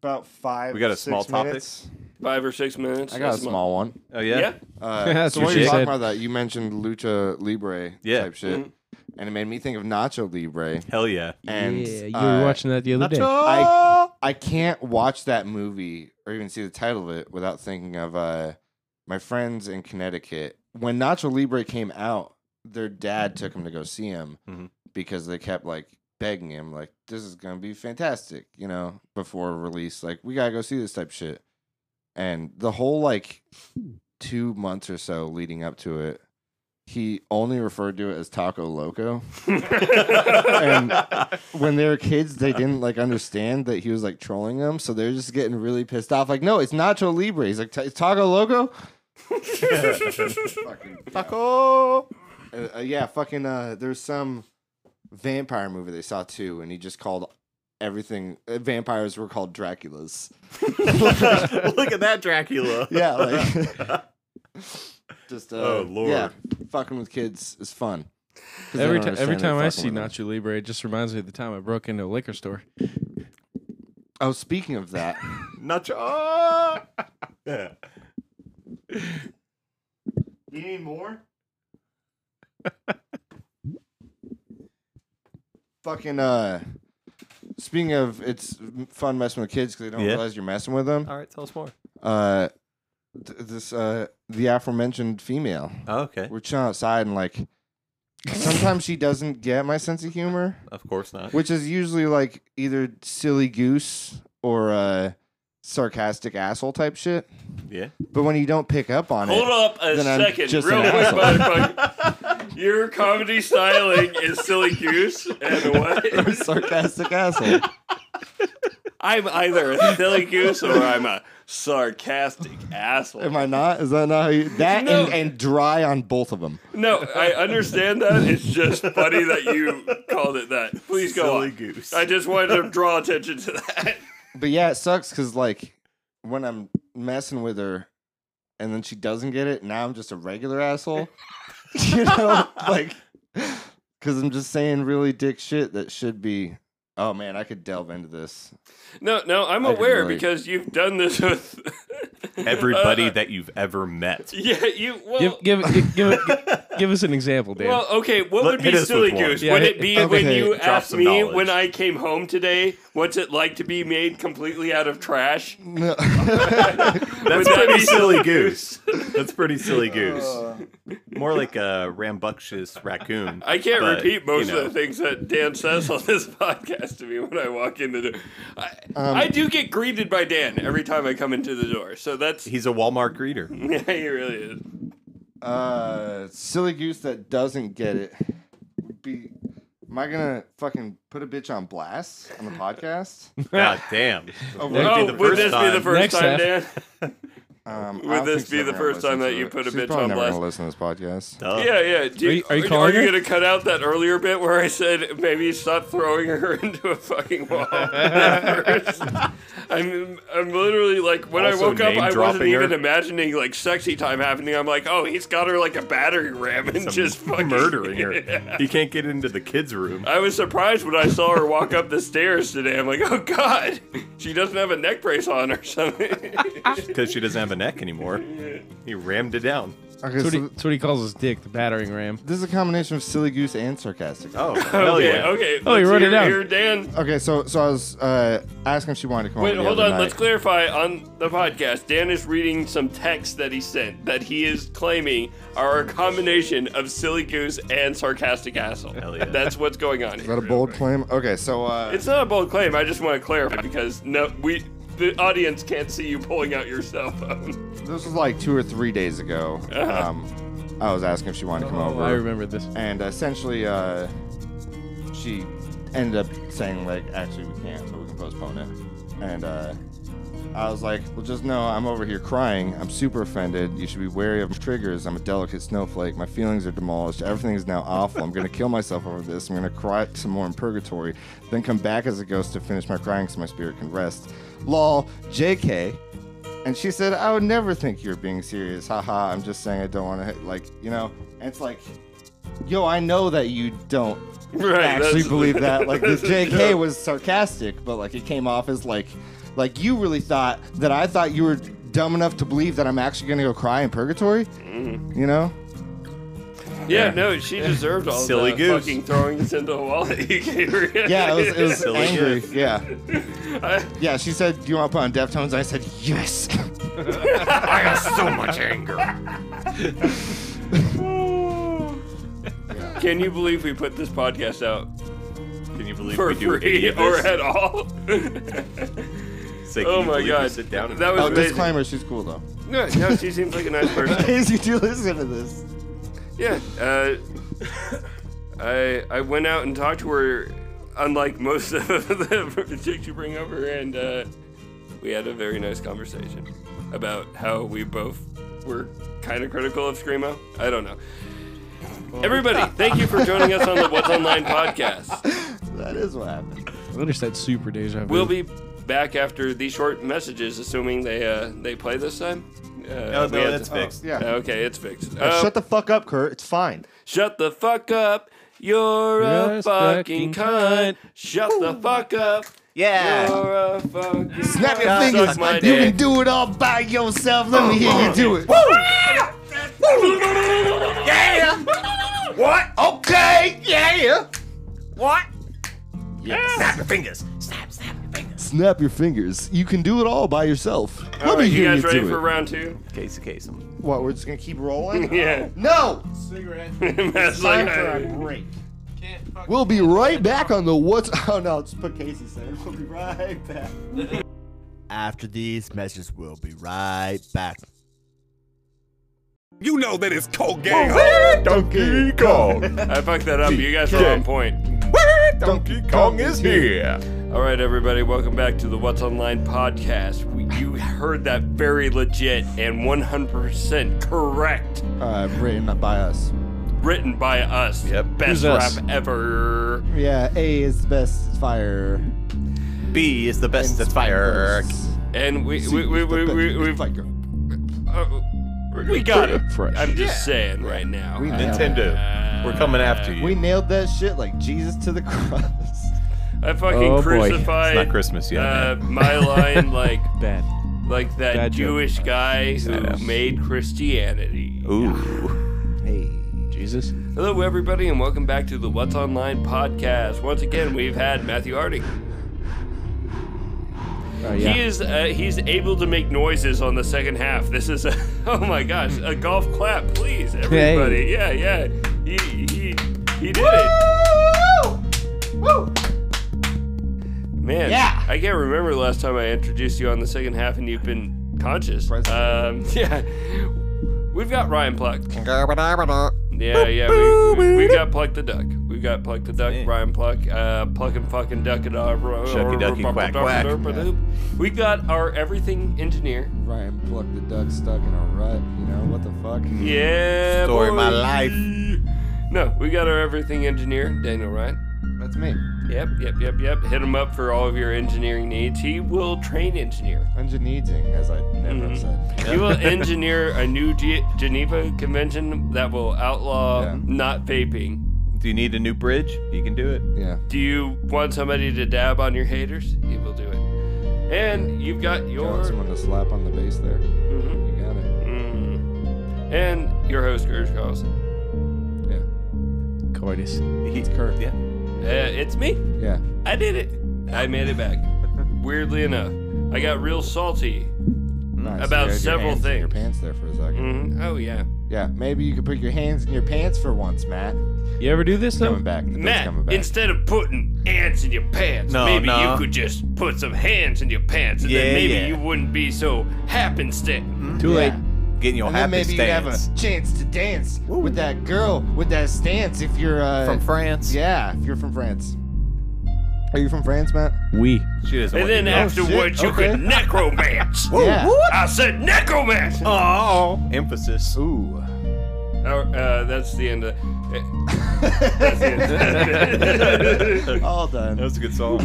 about five. We got a six small topic? minutes. five or six minutes. I got a that's small one. Oh Yeah. yeah. Uh, That's so what while she you're talking said. about that, you mentioned lucha libre Yeah. type shit, Mm. and it made me think of nacho libre. Hell yeah. And yeah, you uh, were watching that the other day. I I can't watch that movie or even see the title of it without thinking of uh, my friends in Connecticut. When Nacho Libre came out, their dad took him to go see him Mhm. because they kept like begging him like this is gonna be fantastic, you know, before release. Like we gotta go see this type shit. And the whole like two months or so leading up to it, he only referred to it as Taco Loco. and when they were kids, they didn't like understand that he was like trolling them, so they're just getting really pissed off. Like, no, it's Nacho Libre. He's like, "Ta- it's Taco Loco. fucking, Taco. Uh, uh, yeah, fucking. Uh, there's some vampire movie they saw too, and he just called everything uh, vampires were called Draculas. Look at that Dracula. Yeah, like just uh, Oh, Lord. yeah, fucking with kids is fun. 'Cause they Every don't time, every understand time they're I fucking see with them. Nacho Libre, it just reminds me of the time I broke into a liquor store. Oh, speaking of that, Nacho. You need more? fucking uh, speaking of it's fun messing with kids because they don't Yeah. realize you're messing with them. All right, tell us more. Uh, th- this uh, the aforementioned female. Oh, okay. We're chilling outside and like sometimes she doesn't get my sense of humor. Of course not. which is usually like either silly goose or uh, sarcastic asshole type shit. Yeah. But when you don't pick up on Hold it, up a Then I'm second, just real an quick, motherfucker. Your comedy styling is silly goose and or what? sarcastic asshole. I'm either a silly goose or I'm a sarcastic asshole. Am I not? Is that not how you? That No. and, and dry on both of them. No, I understand that. It's just funny that you called it that. Please go Silly on. goose. I just wanted to draw attention to that. But yeah, it sucks because like when I'm messing with her, and then she doesn't get it. Now I'm just a regular asshole. you know, like because I'm just saying really dick shit that should be. Oh man, I could delve into this. No, no, I'm I can aware relate. because you've done this with Everybody Uh, that you've ever met. yeah, you. Well, Give give give give, give us an example, Dan. Well, okay, what Let- would be hit us with silly one. goose? Yeah, would hit- it be okay. when you Drop asked some me knowledge. when I came home today, what's it like to be made completely out of trash? No. Would That's that pretty be silly goose. That's pretty Uh, silly goose. More like a rambunctious raccoon. I can't but, repeat most you know, of the things that Dan says on this podcast to me when I walk in the door. I, Um, I do get greeted by Dan every time I come into the door, so that's He's a Walmart greeter. yeah, he really is. Uh, silly goose that doesn't get it would be. Am I gonna fucking put a bitch on blast on the podcast? God damn. Over- Would oh, be the would first this time. be the first Next time, half. Dan? um, I would don't this think be she's the ever first gonna time listen that to you it. put a She's bitch probably on never blast. Gonna listen to this podcast. Duh. Yeah, yeah. Do Are you- are you calling her? gonna cut out that earlier bit where I said maybe stop throwing her into a fucking wall? at first? I'm I'm literally like when I Also woke up, I wasn't name-dropping even her? imagining like sexy time happening. I'm like, oh, he's got her like a battery ram and Some just fucking murdering her. You can't get into the kids' room. I was surprised when I saw her walk up the stairs today. I'm like, oh god, she doesn't have a neck brace on or something. because she doesn't have a neck anymore. He rammed it down. Okay, That's so what, he, that's what he calls his dick, the battering ram. this is a combination of silly goose and sarcastic. Oh, hell okay, yeah. okay. Oh, you let's wrote hear- it down. hear Dan Okay, so so I was uh, asking if she wanted to come. Wait, over the hold other on. night. Let's clarify on the podcast. Dan is reading some text that he sent that he is claiming are a combination of silly goose and sarcastic asshole. Hell yeah. That's what's going on. Is that Here. a bold claim? Okay, so uh, It's not a bold claim. I just want to clarify because no, we the audience can't see you pulling out your cell phone. this was like two or three days ago. Uh-huh. Um, I was asking if she wanted to come over. Oh, I remember this. and essentially uh, she ended up saying like actually we can't but we can postpone it and uh, i was like well just know i'm over here crying i'm super offended you should be wary of triggers i'm a delicate snowflake my feelings are demolished everything is now awful i'm gonna kill myself over this i'm gonna cry some more in purgatory then come back as a ghost to finish my crying so my spirit can rest lol jk and she said, I would never think you're being serious. Haha, I'm just saying I don't want to, like, you know? And it's like, yo, I know that you don't Right. actually that's- believe that. Like, the that's a JK joke. was sarcastic, but, like, it came off as, like, like you really thought that I thought you were dumb enough to believe that I'm actually going to go cry in purgatory, you know? Yeah. No, she deserved all Silly the goose. fucking throwing us into a wall that you gave her. Yeah, it was, it was Silly angry. kid. Yeah. Yeah, she said, Do you want to put on Deftones? I said, Yes. I got so much anger. Can you believe we put this podcast out Can you believe for we do free any of or this. at all. Say, can oh you my believe we God. Sit down and That was Oh, amazing. disclaimer, she's cool though. no, no, she seems like a nice person. case you do listen to this. Yeah. Uh, I I went out and talked to her, unlike most of the chicks you bring over, and uh, we had a very nice conversation about how we both were kind of critical of Screamo. I don't know. Everybody, thank you for joining us on the What's Online podcast. That is what happened. I noticed that super deja vu. We'll be back after these short messages, assuming they uh, they play this time. Uh, Oh, we had no, that's to- fixed. Yeah. Okay, it's fixed. Uh, Shut the fuck up, Kurt. It's fine. Shut the fuck up. You're a Yes, fucking fucking cunt. cunt. Shut the fuck up. Yeah. You're a fucking Snap your cunt. fingers. Suck my You dick. can do it all by yourself. Let me hear you do it. Yeah. What? Okay. Yeah. What? Snap your fingers. Snap, snap your fingers. Snap your fingers. You can do it all by yourself. All Let me right, you hear guys you ready do for it. round two? Case to case. What? We're just gonna keep rolling? Yeah. No. Matt's Time like, for a uh, break. We'll be right back on the what's. Oh no, just put Casey there. We'll be right back. After these messages, we'll be right back. You know that it's cold gang ho. Donkey Kong. I fucked that up. You guys are on point. Donkey Kong is here. All right, everybody, welcome back to the What's Online podcast. We, you heard that very legit and 100% correct. Uh, written up by us. Written by us. Yep. Best Who's us? rap ever. Yeah. A is the best fire. B is the best at fire. And we, we, we, we, we, we, Uh, we got it. Fresh. I'm just saying right now. We nailed it. Nintendo, we're coming after you. We nailed that shit like Jesus to the cross. I fucking Oh, boy. crucified It's not Christmas yet, uh, my line like bad. like that Bad joke. Jewish guy who Yes. made Christianity. Ooh. Jesus. Hello, everybody, and welcome back to the What's Online podcast. Once again, we've had Matthew Harding. Oh, yeah. He is uh, he's able to make noises on the second half. This is a, oh my gosh, a golf clap, please, everybody. Yeah, yeah. He he he did it. Man, Yeah. I can't remember the last time I introduced you on the second half and you've been conscious. Present. Um, yeah. We've got Ryan Pluck. That's Yeah, yeah, we, we, we got Pluck the Duck. We've got Pluck the Duck, Yeah. Ryan Pluck, uh, Pluck and fucking Duck and uh, Shucky ducky, quack, quack. We got our everything engineer. Ryan plucked the duck stuck in a rut. You know what the fuck? Yeah, Story of my boy. life. No, we got our everything engineer, Daniel Ryan. me. Yep, yep, yep, yep. Hit him up for all of your engineering needs. He will train engineer. Engineering, as I never Mhm. said. He will engineer a new G- Geneva convention that will outlaw Yeah. not vaping. Do you need a new bridge? You can do it. Yeah. Do you want somebody to dab on your haters? He will do it. And you've got You your want someone to slap on the bass there? Mhm, You got it. mhm. and your host Gersh Carlson. Yeah. Coitus. He- It's Kurt. Yeah. Uh, it's me. Yeah. I did it. I made it back. Weirdly enough, I got real salty. Nice. About You had your several hands in your things. pants there for a 2nd Mhm, Oh yeah, Yeah. Maybe you could put your hands in your pants for once, Matt. You ever do this though? Coming back. The duck's Matt. Coming back. Instead of putting ants in your pants, No, maybe no. you could just put some hands in your pants, and Yeah, then maybe yeah. you wouldn't be so happenstance. Too late. Yeah. Getting your And then happy maybe you have stance. a chance to dance with that girl with that stance if you're uh, From France. Yeah, if you're from France. Are you from France, Matt? We. She doesn't And want you then to- afterwards, shit, you okay. could necromance. yeah. I said necromance. Oh, emphasis. Ooh. Oh, uh, that's the end of. eh, That's the end. All That done. was a good song.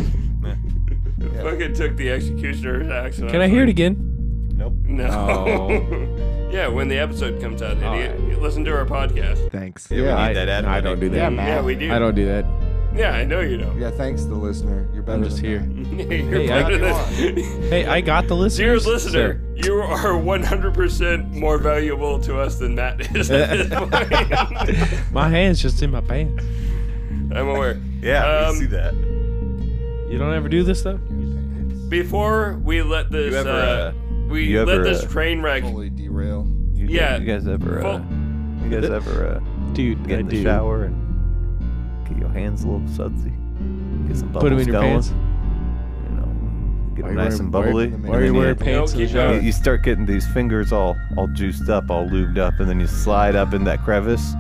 Yeah. Fucking took the executioner's accent. Can I hear it again? Nope. No. Oh. yeah, when the episode comes out, idiot. You listen to our podcast. Thanks. Yeah, we Yeah. need that ad. I don't do that. Yeah, yeah, Matt. we do. I don't do that. Yeah, I know you don't. Yeah, thanks, the listener. You're better I'm just than here. that. You're Hey, part I- of this. Hey, I got the list. Dear listener, you are 100% more valuable to us than Matt is at this point. my hand's just in my pants. I'm aware. Yeah, Um, we see that. You don't ever do this though? Before we let this, ever, uh, uh, we you let ever, this uh, train wreck Holy derail. You, yeah. You guys ever? Uh, Well- you guys ever uh, Dude, get I in the do. shower and get your hands a little sudsy? Get some bubbles Put them in your going. pants. You know, get them Why you nice wearing- and why you bubbly. putting them in Why are and you then wearing pants? No, in the keep shower? You, you start getting these fingers all all juiced up, all lubed up, and then you slide up in that crevice,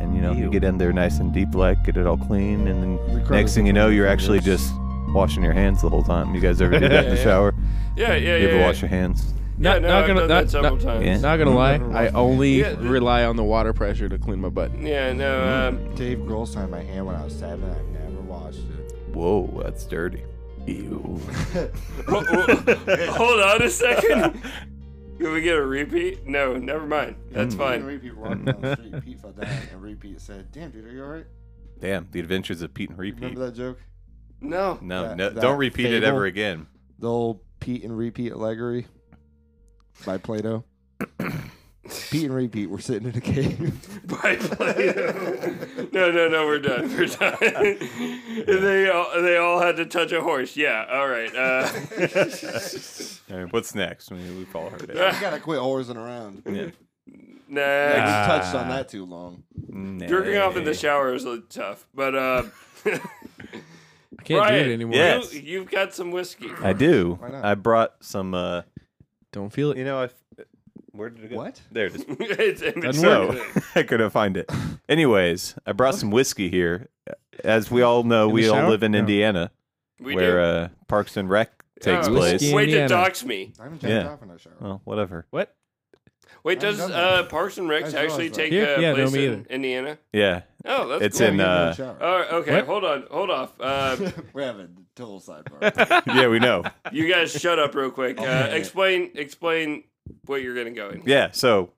and you know you Ew. get in there nice and deep, like get it all clean, and then next crevice thing you is know, between you're your actually fingers. just washing your hands the whole time. You guys ever do that in Yeah, the yeah. shower? Yeah, yeah, You yeah. ever yeah. wash your hands? Yeah, Not- no, not I've gonna- done that not- several not- times. yeah. Not gonna lie, I only Yeah, the- rely on the water pressure to clean my butt. Yeah, no, um, Dave Grohl signed my hand when I was seven. I never washed it. Whoa, that's dirty. Ew. whoa, whoa, hold on a second. Can we get a repeat? No, never mind. Mm. That's And fine. repeat walked down the street. Pete fell down, and repeat said, "Damn, dude, are you alright? Damn, the adventures of Pete and Repeat. Remember that joke? No. No, that- no that don't repeat it ever fable? again. The old Pete and repeat allegory by Plato." Pete and repeat. We're sitting in a cave. By Plato. no, no, no, we're done. We're done. they, all, they all had to touch a horse. Yeah, all right. Uh, I mean, what's next? I mean, we've all heard we it. gotta quit horsing around. We Yeah. next. touched on that too long. Jerking off in Nay. the shower is uh, tough, but uh, I can't Brian, do it anymore. yeah. you, you've got some whiskey. I do. Why not? I brought some. uh Don't feel You it. know, I. f- Where did it go? What? There it is. it's in Doesn't between. So I couldn't find it. Anyways, I brought some whiskey here. As we all know, the we all shower? live in No. Indiana, we where do. uh, Parks and Rec takes Oh, place. Whiskey. Way to Indiana. dox me. I haven't Yeah. jumped off in a shower. Well, whatever. What? Wait, I haven't does done uh, that. Parks and Recs That's actually what I was take like. uh, Yeah, no, place me in either. It's Yeah, Oh, that's it's cool. in. we haven't Uh, had a shower. All right, okay, What? hold on, hold off. Uh, We're having a total sidebar. yeah, we know. you guys shut up real Oh, quick. Uh, Okay. explain, explain what you're gonna go in. Yeah, so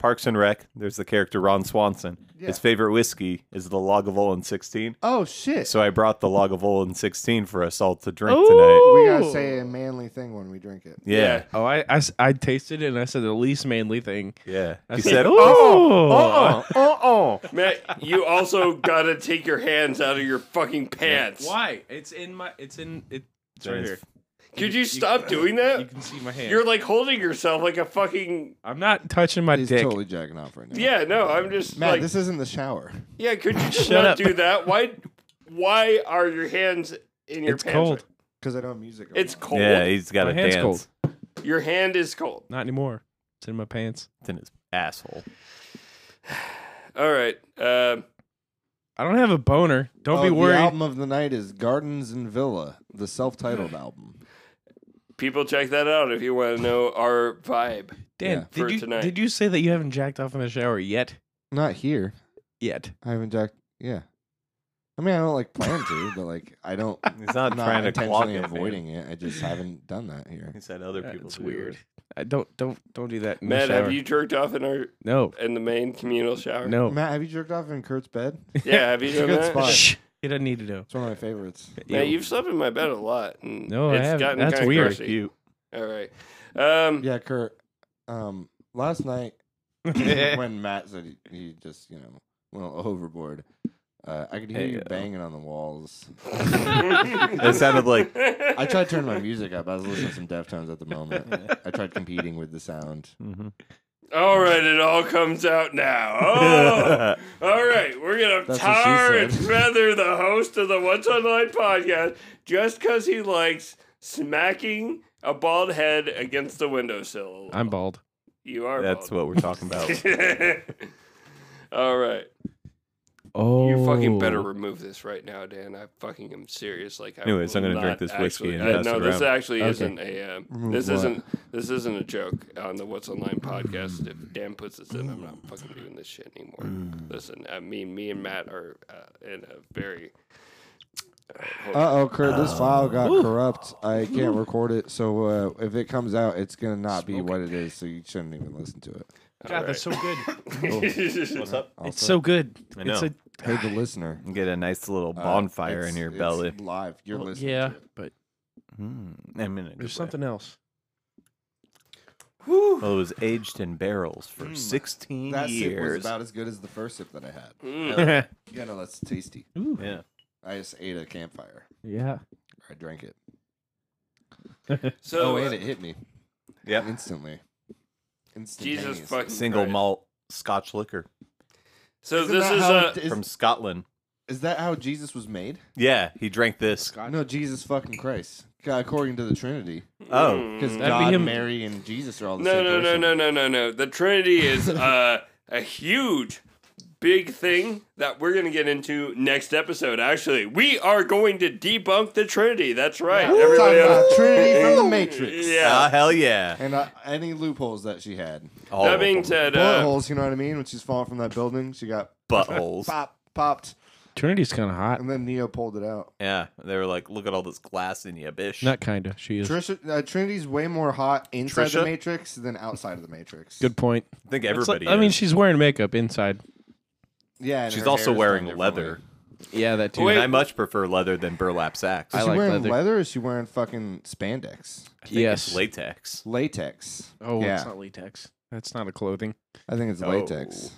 Parks and Rec. There's the character Ron Swanson. His favorite whiskey is the Lagavulin 16. oh shit! So I brought the Lagavulin 16 here for us all to drink tonight. Ooh. we gotta say a manly thing when we drink it. Yeah, Oh, I, I, s- I tasted it and I said the least manly thing. yeah. I He said, said, "Ooh." "Oh, uh-uh, uh-uh." Matt, you also gotta take your hands out of your fucking pants. Why? It's in my. It's in. It, it's right That is here. Could you stop doing that? You can see my hand. You're like holding yourself like a fucking I'm not touching my He's dick. totally jacking off right now. yeah. No, I'm just Matt, like this isn't the shower. yeah. Could you just not Shut up. do that? Why? Why are your hands in your It's pants? cold. Because I don't have music. around. It's cold. Yeah, he's got Oh. My a hand's dance cold. Your hand is cold. Not anymore. It's in my pants. in his asshole. All right. Um, I don't have a boner. Don't Oh, be worried. The album of the night is Gardens and Villa, the self-titled album. people check that out if you want to know our vibe. Dan, Yeah. For did you tonight. did you say that you haven't jacked off in the shower yet? Not here. Yet. I haven't jacked. Yeah. I mean, I don't like plan to, but like I don't. He's not I'm not trying to clog intentionally it. avoiding it. I just haven't done that here. He said other people. That's do it. weird. I don't don't don't do that. In Matt, the shower. have you jerked off in our No, in the main communal shower? Oh. no. Matt, have you jerked off in Kurt's bed? Yeah, have you It's a done good that? spot. Shh. He doesn't need to know. It's one of my favorites. Matt, Ew. you've slept in my bed a lot. and No, I it's haven't. gotten That's kinda weird. grossy. All right. Um, Yeah, Kurt. Um, last night when Matt said he, he just you know went overboard, uh, I could hear Hey, you yo. banging on the walls. It sounded like I tried turning my music up. I was listening to some Deftones at the moment. I tried competing with the sound. mm-hmm. All right, it all comes out now. Oh, all right, we're gonna That's what she tar said. and feather the host of the Once Online podcast just because he likes smacking a bald head against the windowsill. I'm bald. you are. that's bald. what we're talking about. all right, Oh, you fucking better remove this right now, Dan. I fucking am serious. Like, I Anyways, I'm will gonna drink not this whiskey actually- and I- pass no, it this around. actually Okay. isn't a. Um, Remove this what? isn't. This isn't a joke on the What's Online podcast. If Dan puts this in, I'm not fucking doing this shit anymore. Mm. Listen, I mean, me and Matt are uh, in a very. Uh oh, Kurt, this file got corrupt. I can't record it, so uh, if it comes out, it's gonna not be what it is. So you shouldn't even listen to it. God, that's so good. Oh. What's up? it's so good. I It's know. a Hey, the listener, Uh, Get a nice little bonfire It's- in your it's belly. Live, you're well, listening. yeah, to it. but Mm, I mean, in a there's good way. something else. Well, it was aged in barrels for Mm, 16 That sip was years. about as good as the first sip that I had. Mm. Yeah, no, that's tasty. yeah. I just ate a campfire. Yeah. I drank it. So, oh, uh, and it hit me Yep. instantly. Jesus fucking Single Christ. malt Scotch liquor So Isn't this that is uh, how a. it is- from Scotland. Is that how Jesus was made? Yeah, he drank this. I know Jesus fucking Christ. God, according to the Trinity, Mm, Oh, because That'd be God, him. Mary, and Jesus are all the No, same no, no, person. no, no, no, no. The Trinity is uh, a huge, big thing that we're going to get into next episode, actually. We are going to debunk the Trinity. That's right. Everybody Talking else. about Trinity from the Matrix. Yeah. Ah, hell yeah. And uh, any loopholes that she had, All that of being them. said, bullet uh, holes. You know what I mean? When she's falling from that building, she got buttholes. pop popped, Trinity's kind of hot. and then Neo pulled it out. Yeah, they were like, "Look at all this glass in you, bitch." Not kind of. She is. Trisha, uh, Trinity's way more hot inside Trisha? the Matrix than outside of the Matrix. Good point. I think It's like- everybody. I mean, is. she's wearing makeup inside. Yeah, and she's her also hair's wearing done leather. differently. Yeah, that Dude, I much prefer leather than burlap sacks. Is I she like wearing leather. leather. or is she wearing fucking spandex? I think yes. it's latex. Latex. Oh, yeah. it's not latex. That's not a clothing. I think it's Oh. latex.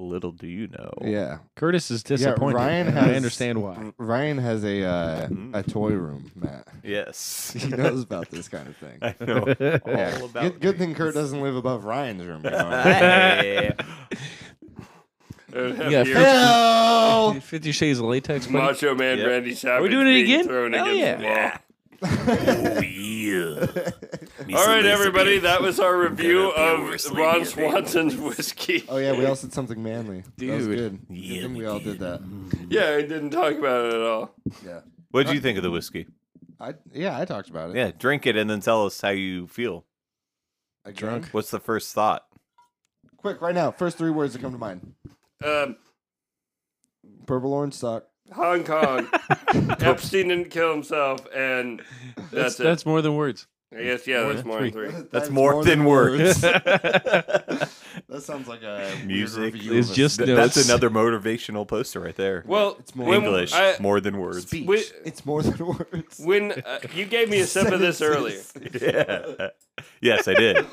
Little do you know. Yeah. Curtis is disappointed. Ryan and I has- understand why. Ryan has a uh, Mm. a toy room, Matt. Yes. He knows about this kind of thing. I know all Yeah. about. good, good thing Kurt doesn't live above Ryan's room. you know? Hey. Yeah, yeah, Fifty Shades of Latex. buddy. Macho Man Yep. Randy Savage. doing it being again? Thrown Hell against yeah. the wall. All right, everybody. That was our review of Ron Swanson's whiskey. oh yeah, we all said something manly. That was Dude. good. Yeah, we all did that. Yeah, I didn't talk about it at all. Yeah. What do you think of the whiskey? I yeah, I talked about it. Yeah, drink it and then tell us how you feel. I drunk. What's the first thought? Quick, right now. First three words that come to mind. Um, Purple orange sock. Hong Kong. Epstein didn't kill himself, and that's, that's it. that's more than words. I guess yeah, that's more than three. That That's is more than words. that sounds like a weird Music review is of a just sp- Th- that's notes. another motivational poster right there. Well, It's more when English, I- more than words. speech. we- it's more than words. when uh, you gave me a sip of this earlier, Yeah. yes, I did.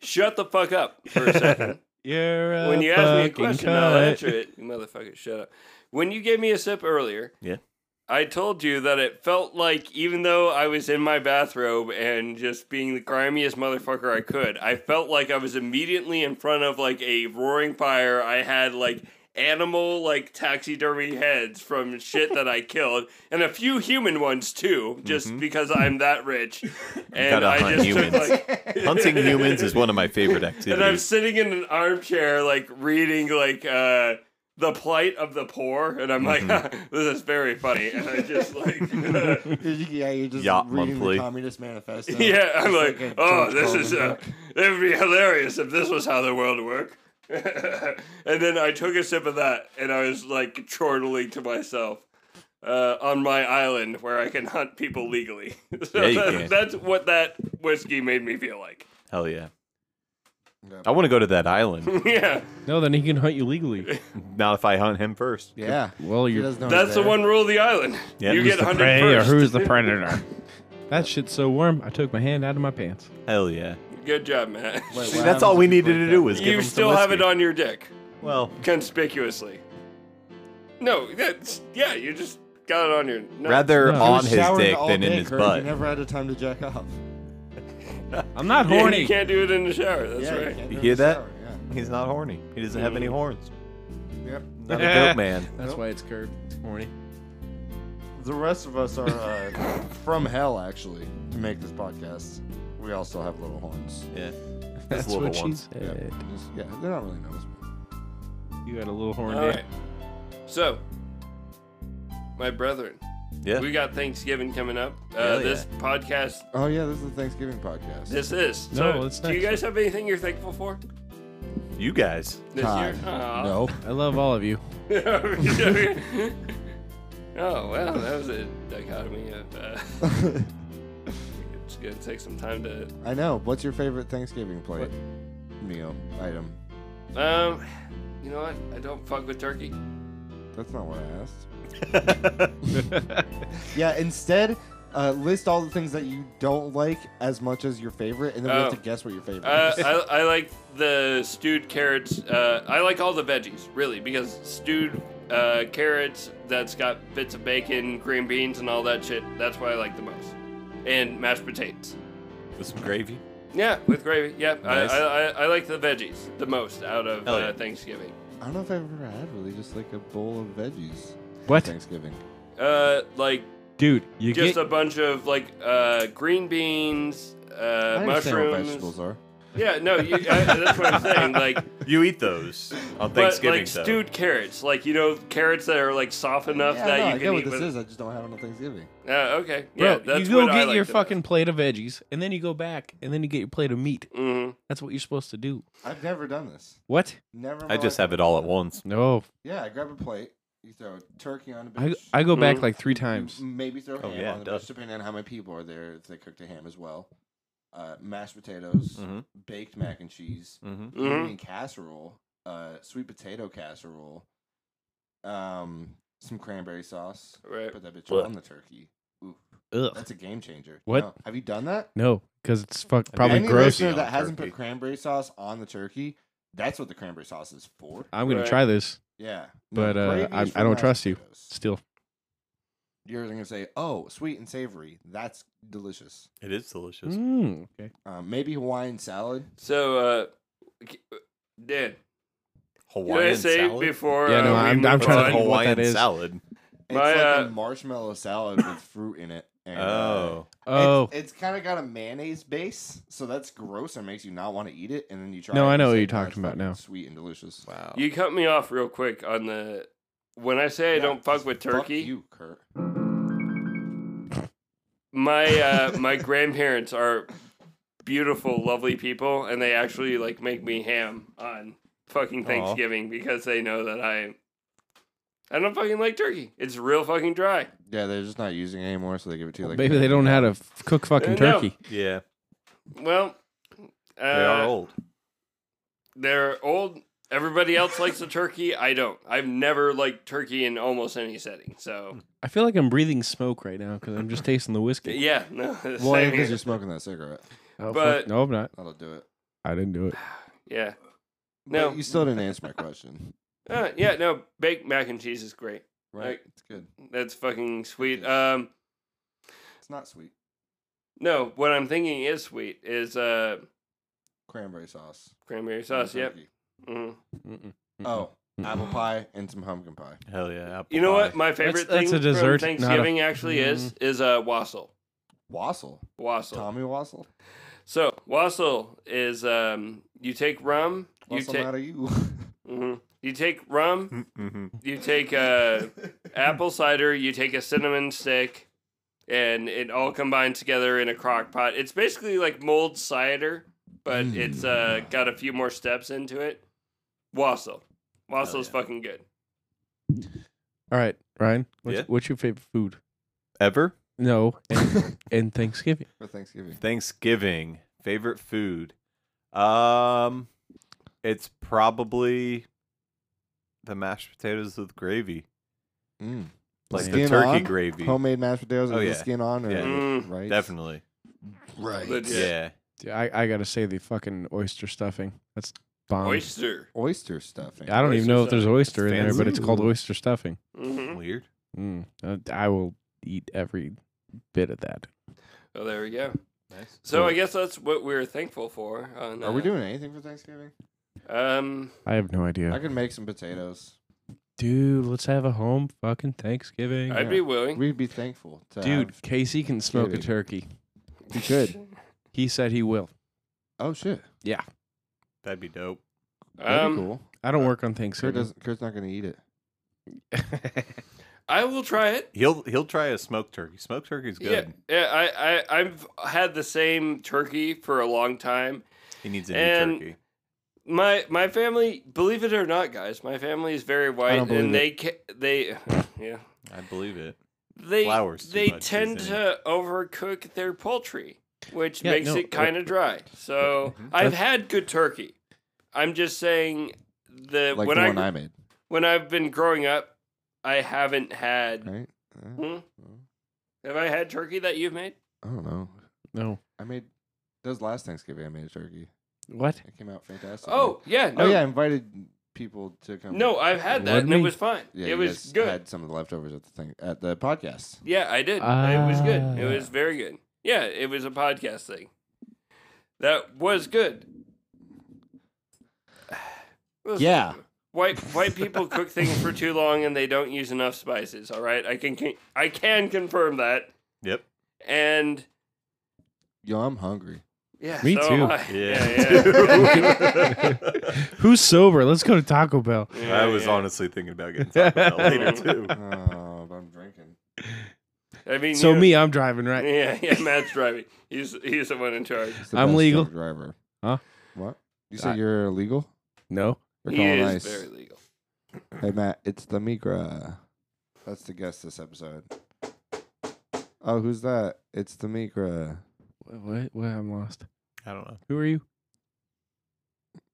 shut the fuck up for a second. You're a When you asked me a fucking question, cunt. I'll answer it. You motherfucker, shut up. When you gave me a sip earlier, Yeah. I told you that it felt like even though I was in my bathrobe and just being the grimiest motherfucker I could, I felt like I was immediately in front of like a roaring fire. I had like animal like taxidermy heads from shit that I killed and a few human ones too, just because I'm that rich. And gotta I hunt just took humans. like Hunting humans is one of my favorite and I'm activities. sitting in an armchair, like reading like uh, the plight of the poor, and I'm like, this is very funny, and I just like, yeah, you're just Yacht reading Monthly. the Communist Manifesto. yeah, I'm like, Just a oh, George this is Carlin uh, book. it would be hilarious if this was how the world worked. and then I took a sip of that, and I was like chortling to myself. Uh, on my island where I can hunt people legally. so Yeah, you that's, can. that's what that whiskey made me feel like. Hell yeah. I want to go to that island. yeah. No, then he can hunt you legally. Not if I hunt him first. Yeah. Well, He you're doesn't know he's That's the Oh, there. one rule of the island. Yeah, you who's get the hunted prey or first. who's the predator. that shit's so warm. I took my hand out of my pants. Hell yeah. Good job, Matt. Wait, See, what that's happens all if we you needed break to that do rule? is give you him some still have it whiskey. on your dick, Well, conspicuously. No, that's yeah. You just got it on your. No. rather No. on He was his showered dick all than in day, his Kurt. He butt. never had a time to jack off. I'm not Yeah, horny. you can't do it in the shower. That's yeah, right. can't You do it in hear the that? shower, He's not horny. He doesn't have any horns. Yeah. Yep. Not a dope man. That's why it's curved. It's horny. The rest of us are uh, from hell, actually, to make this podcast. We all still have little horns. Yeah. That's little what she ones. Yeah, said. just- yeah, they're not really noticeable. You got a little horn All there. right. So, my brethren, Yeah. we got Thanksgiving coming up. Uh, Hell yeah. this podcast, Oh yeah, this is the Thanksgiving podcast. this is. No, so, it's do you next guys have anything you're thankful for You guys. this Todd. year? Aw. no, I love all of you. oh well, that was a dichotomy of. Uh, it's gonna take some time to. I know. What's your favorite Thanksgiving plate meal item? Um, you know what? I don't fuck with turkey. That's not what I asked. yeah, instead, uh, list all the things that you don't like as much as your favorite, and then we Oh. have to guess what your favorite Uh, is. I, I like the stewed carrots. Uh, I like all the veggies really because stewed uh, carrots that's got bits of bacon, green beans, and all that shit. That's what I like the most, and mashed potatoes. With some gravy. Yeah, with gravy. Yeah, Nice. I, I, I, I like the veggies the most out of Hell uh, yeah. Thanksgiving. I don't know if I've ever had really just like a bowl of veggies What? Thanksgiving. Uh, like Dude, you just get a bunch of like uh green beans, I uh, understand what vegetables mushrooms. are. Yeah, no, you, I, that's what I'm saying. Like, You eat those on but Thanksgiving, like though. stewed carrots, like you know, carrots that are like soft enough Yeah, that no, you I can get what eat this with. is. I just don't have it on Thanksgiving. Uh, okay, yeah, Bro, that's you go what I get like your the fucking plate of veggies, and then you go back, and then you get your plate of meat. best. Mhm. That's what you're supposed to do. I've never done this. What? Never. in I my just life. have it all at once. No, Yeah, I grab a plate. You throw a turkey on a I, bitch. I go back Mhm. like three You times. Maybe throw Oh, ham yeah, on the duh. bitch, depending on how many people are there. If they cooked a ham as well, uh, mashed potatoes, Mm-hmm. baked mac and cheese, Mm-hmm. Mhm. Indian casserole, uh, sweet potato casserole, um, some cranberry sauce. Right. Put that bitch Blech. on the turkey. Ooh, ugh, that's a game changer. What? No. Have you done that? no, because it's fuck I probably Any gross. listener On that hasn't turkey. put cranberry sauce on the turkey, that's what the cranberry sauce is for. I'm gonna Right. try this Yeah. But, uh, gravy I- is for I don't mashed trust you. potatoes. still. You're going to say, oh, sweet and savory. That's delicious. It is Mm-hmm. delicious. Mm, okay. Um, maybe Hawaiian salad. So, uh, Dan, did I Hawaiian say salad. before? Yeah, no, uh, we I'm- move I'm What's trying to on? a think what Hawaiian that is. salad. My, It's like uh, a marshmallow salad with fruit in it. And, uh, Oh, It's- Oh it's, kind of got a mayonnaise base, so that's gross and makes you not want to eat it. And then you try. No, it I and know you what you're say, "No, it's talking about fucking now." Sweet and delicious. wow. You cut me off real quick on the when I say I Yeah, don't just fuck with turkey. you, Kurt. my uh, my grandparents are beautiful, lovely people, and they actually like make me ham on fucking Aw. Thanksgiving because they know that I I don't fucking like turkey. It's real fucking dry. Yeah, they're just not using it anymore, so they give it to you. Like Maybe they don't know how to f- cook fucking Uh, no. turkey. yeah, Well, uh, they are old. They're old. Everybody else likes the turkey. I don't. I've never liked turkey in almost any setting. So I feel like I'm breathing smoke right now because I'm just tasting the whiskey. yeah, no. the Well, same because here. you're smoking that cigarette. Oh, fuck. But- no, I'm not. That'll do it. I didn't do it. yeah, No. But you still didn't answer my question. uh, yeah. No, baked mac and cheese is great. Right? Right. It's good. That's fucking sweet. Um. It's not sweet. No, what I'm thinking is sweet is uh Cranberry sauce. cranberry Mm-hmm. sauce. Yep. Turkey. hmm Mm-mm. Oh, Mm-mm. apple pie and some pumpkin pie. Hell yeah. apple You know what pie. my favorite that's thing a dessert, from not a- Mm-hmm. Thanksgiving actually is is a uh, wassail. Wassel. Wassail. Tommy Wassel. So wassail is um you take rum, you Wassel take out of you. mhm. you take rum, Mm-hmm. Mhm. you take uh apple cider, you take a cinnamon stick, and it all combines together in a crock pot. It's basically like mold cider, but it's uh Mm. got a few more steps into it. Wassail. Wassail's fucking good. All right, Ryan. What's, Yeah? what's your favorite food? Ever? No, and, and Thanksgiving. for Thanksgiving. Thanksgiving favorite food. Um, it's probably the mashed potatoes with gravy, Mm. like the Skin turkey on? gravy. Homemade mashed potatoes with Oh, the yeah. skin on, or Yeah. Mm. right? Definitely. Right. Legit. Yeah. Yeah. Dude, I, I gotta say the fucking oyster stuffing. That's Um, bomb. Oyster. Oyster stuffing. I don't even know if there's oyster in there, Fancy. but it's called oyster stuffing. Mm-hmm. Weird. Mm. Uh, I will eat every bit of that. Oh, there we go. Nice. So I guess that's what we're thankful for. On, Are we uh, doing anything for Thanksgiving? Um, I have no I idea. could make some potatoes. Dude, let's have a home fucking Thanksgiving. I'd be willing. We'd be thankful to Dude, have- Casey can smoke Kidding. a turkey. we could. He said he will. Oh shit, That'd be dope. that'd Um, be cool. I Uh, don't work on Kurt Thanksgiving. doesn't. Kurt's not gonna eat it. I will try it. He'll he'll try a smoked turkey. Smoked turkey's good. Yeah, yeah. I, I, I've had the same turkey for a long time. He needs any And- turkey. My, my family, believe it or not, guys, my family is very white, don't believe and they, ca- they, yeah, I believe it. they, Flours too they much, tend isn't to overcook their poultry, which Yeah, makes no, it kind uh, of dry. So mm-hmm. I've had good turkey. I'm just saying the Like when the Uh, I one gr- I made, when I've been growing up, I haven't had. right? Uh, Hmm? Have I had turkey that you've made? I don't know. No. I made. That was last Thanksgiving. I made a turkey. What? It came out fantastic. Oh yeah, no, oh yeah. I invited people to come. no, I've had that Let and it me- was fine. Yeah, it you was guys good. Had some of the leftovers at the thing at the podcast. Yeah, I did. it was good. It Ah. was very good. Yeah, it was a podcast thing. That was good. Listen. Yeah. white white people cook things for too long and they don't use enough spices. All right, I can, can I can confirm that. Yep. And Yo, I'm hungry. yeah, Me so too. am I. Yeah. yeah, Who's sober? Let's go to Taco Bell. Yeah, I was yeah. honestly thinking about getting Taco Bell later too. Oh, but I'm drinking. I mean, So you- me, I'm driving right. Yeah, yeah, Matt's driving. He's he's the one in charge. It's the I'm best legal. truck driver. Huh? What? You say I- you're illegal? No, They're he calling is ice. very legal. Hey Matt, it's the Migra. That's the guest this episode. Oh, who's that? It's the Migra. what? What? what? I'm lost. I don't know. Who are you?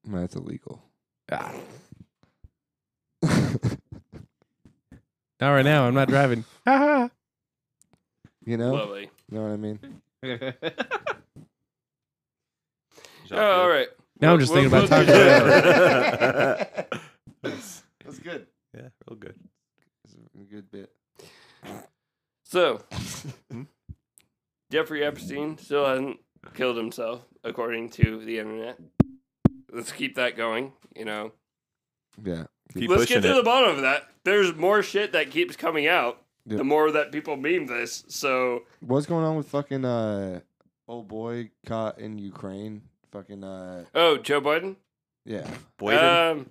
That's illegal. Ah. Not right now. I'm not driving. Ha you know? Lovely. You know what I mean? Oh, all right. Now I'm just We'll- thinking about we'll Taco do Bell. That's That's good. yeah, real good. It's a good bit. So, Jeffrey Epstein still hasn't killed himself, according to the internet. Let's keep that going. You know, Yeah. Keep let's pushing get to it. the bottom of that. There's more shit that keeps coming out. Yeah. The more that people meme this, so What's going on with fucking uh old boy caught in Ukraine? Fucking uh oh, Joe Biden, yeah. Boyden. um,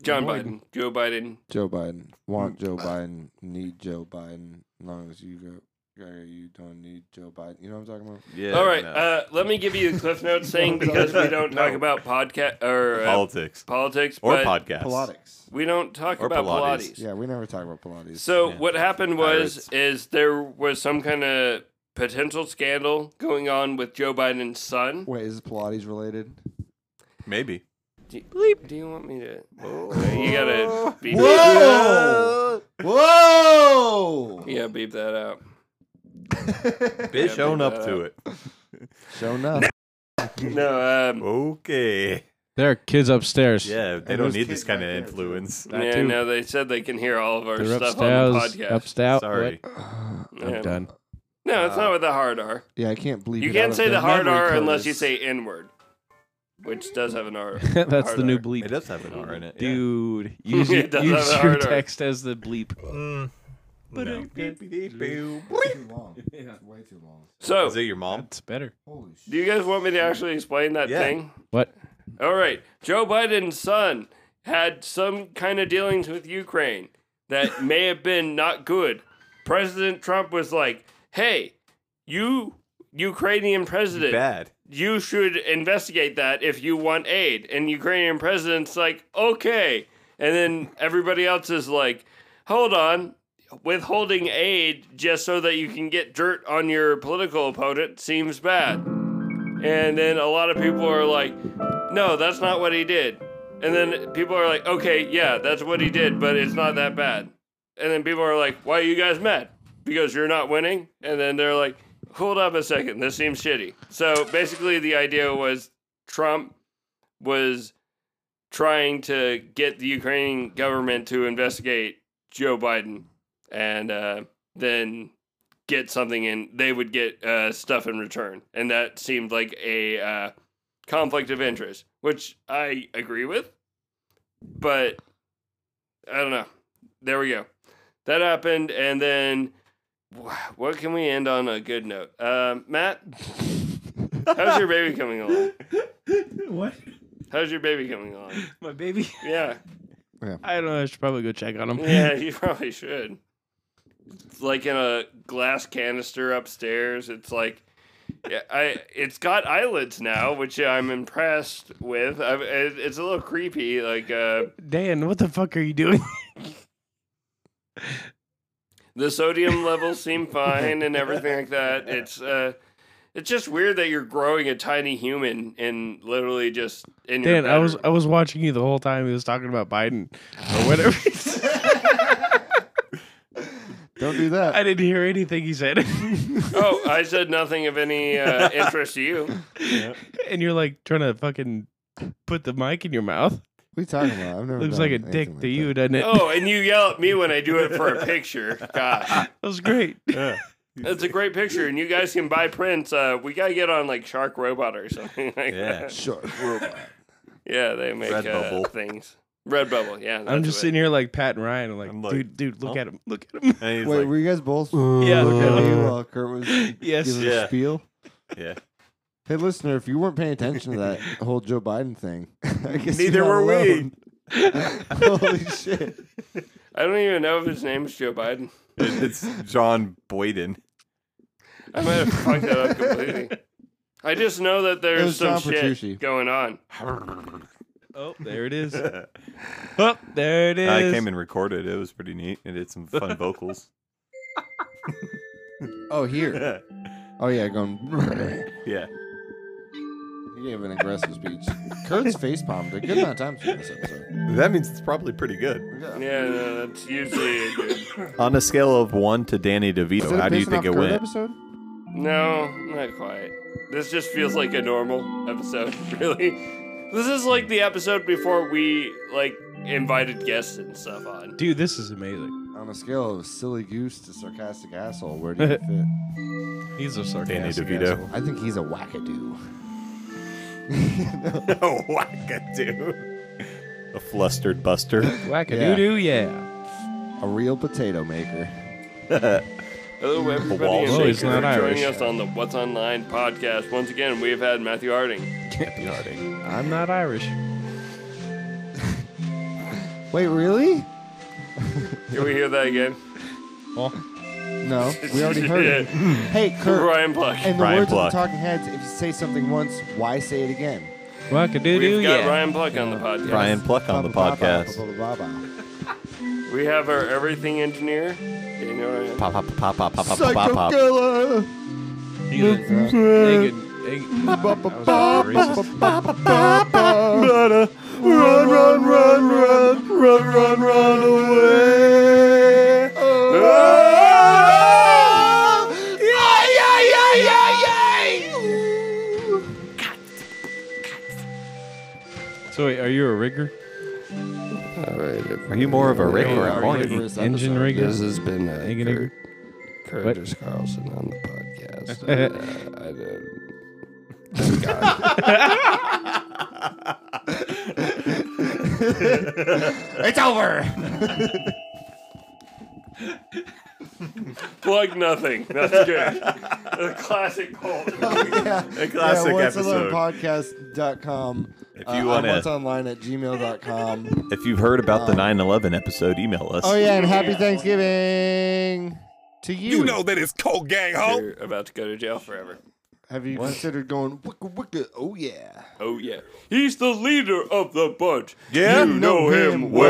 John Biden, Biden. Joe Biden. Joe Biden. Want Joe Biden, need Joe Biden. As long as you go Gregor, you don't need Joe Biden. You know what I'm talking about? yeah. All right, no. uh, let me give you the Cliff Notes thing because we don't talk No. about podcast or uh, politics politics or but podcasts. Pilates. We don't talk Or about Pilates. Pilates. Yeah, we never talk about Pilates. So Yeah. what happened was Pirates. is there was some kind of potential scandal going on with Joe Biden's son. Wait, is Pilates related? Maybe. Do, do you want me to? You gotta beep. Whoa! Whoa! Yeah, beep that out. Bitch, Yeah, own maybe up to it. Shown up. Mm. No, um, Okay. There are kids upstairs. Yeah, they And don't those need this kids kind of back there, too. influence. Oh, That yeah, too. no. They said they can hear all of our They're stuff upstairs. on the podcast. Upstairs. Sorry. Yeah. I'm done. No, it's not with the hard R. Yeah, I can't believe You can't say the hard R unless you say N word, which does have an R. That's the hard new R. It bleep. does have an R in it. yeah. Dude, use, your- It does use have a your hard R. text as the bleep. Mm, no. Too long. Way too long. So, Oh. Is it your mom? It's better. Holy shit. do you guys want me to actually explain that Yeah. thing? What? All right. Joe Biden's son had some kind of dealings with Ukraine that may have been not good. President Trump was like, hey, you Ukrainian president, Bad. you should investigate that if you want aid. And Ukrainian president's like, okay. And then everybody else is like, hold on, withholding aid just so that you can get dirt on your political opponent seems bad. And then a lot of people are like, no, that's not what he did. And then people are like, okay, yeah, that's what he did, but it's not that bad. And then people are like, why are you guys mad? Because you're not winning? And then they're like, hold up a second, this seems shitty. So basically, the idea was Trump was trying to get the Ukrainian government to investigate Joe Biden and uh, then get something in. They would get uh, stuff in return. And that seemed like a uh, conflict of interest, which I agree with. But I don't know. There we go. That happened. And then wh- what can we end on a good note? Um Matt, how's your baby coming along? What? How's your baby coming along? My baby? Yeah. I don't know. I should probably go check on him. Yeah, you probably should. It's like in a glass canister upstairs. It's like yeah, I it's got eyelids now, which I'm impressed with. I've, it- it's a little creepy. Like uh, Dan, what the fuck are you doing? the sodium levels seem fine and everything like that. It's uh, it's just weird that you're growing a tiny human and literally just in your Dan, I was I bedroom. was watching you the whole time he was talking about Biden or whatever. he said. Don't do that. I didn't hear anything he said. oh, I said nothing of any uh, interest to you. And you're like trying to fucking put the mic in your mouth. what are you talking about? I've never Looks done like a anything dick like to that. you, doesn't it? Oh, and you yell at me when I do it for a picture. Gosh. That was great. That's a great picture, and you guys can buy prints. Uh, we gotta get on like Shark Robot or something. Like Yeah. that. Sure. Robot. yeah, they make Redbubble. uh, things. Red Bubble. Yeah. I'm that's just it. sitting here like Pat and Ryan. I'm like, I'm like, dude, dude, look huh? at him, look at him. And he's Wait, like, were you guys both? Yeah, Oh, look at looking him. at me while Kurt was Yes. giving Yeah. a spiel. yeah. Hey, listener, if you weren't paying attention to that whole Joe Biden thing, I guess Neither you're not were we. alone. Holy shit! I don't even know if his name is Joe Biden. It- It's John Boyden. I might have fucked that up completely. I just know that It there's was some John shit Petrucci. going on. Oh, there it is. I Oh, there it is. came and recorded. It was pretty neat. It did some fun vocals. Oh, here. yeah. Oh yeah, going. He gave an aggressive speech. Kurt's face palmed a good amount of times during this episode. That means it's probably pretty good. Yeah, no, that's usually a good. On a scale of one to Danny Is DeVito, it a how do you Pissing think it Off Kurt went? Episode? No, not quite. This just feels like a normal episode, really. This is like the episode before we like invited guests and stuff on. Dude, this is amazing. On a scale of silly goose to sarcastic asshole, where do you fit? He's a Danny sarcastic. DeVito. I think he's a wackadoo. Oh, wackadoo. A flustered buster. Wackadoo doo, yeah. A real potato maker. Hello, everybody, walls and thank are you he's for not joining Irish. us on the What's Online podcast. Once again, we've had Matthew Harding. Happy Harding. I'm not Irish. Wait, really? Can we hear that again? No, we already heard it. Hey, Kurt. Ryan Pluck. And the Brian words Pluck. of the Talking Heads, if you say something once, why say it again? Wackadoo doo, We've got yeah. Ryan Pluck on the podcast. Brian Pluck on the podcast. podcast. We have our everything engineer, Daniel Ryan. Pop, pop, pop, pop, pop, pop, pop, Psycho pop. killer. He was- they could- they- that was racist. Run, run, run, run, run, run, run away. So, wait, are you a rigger? Are you more of a Rick or a Already for Boyden? this Engine episode. rigger? This has been uh, Egg and egg. Kurt, What? Curtis Carlson on the podcast. Uh, I don't. Thank God. It's over. Plug nothing. That's good. A classic Colt. yeah. A classic yeah, episode. podcast.com. If you wanna- Uh, What's online at gmail.com. If you've heard about the 9 11 episode, email us. oh, yeah, and happy Thanksgiving to you. You know Oh, that it's cold gang, ho. You're about to go to jail forever. Have you considered going, wicka, wicka, oh, yeah. Oh yeah, he's the leader of the bunch. Yeah? you know him well.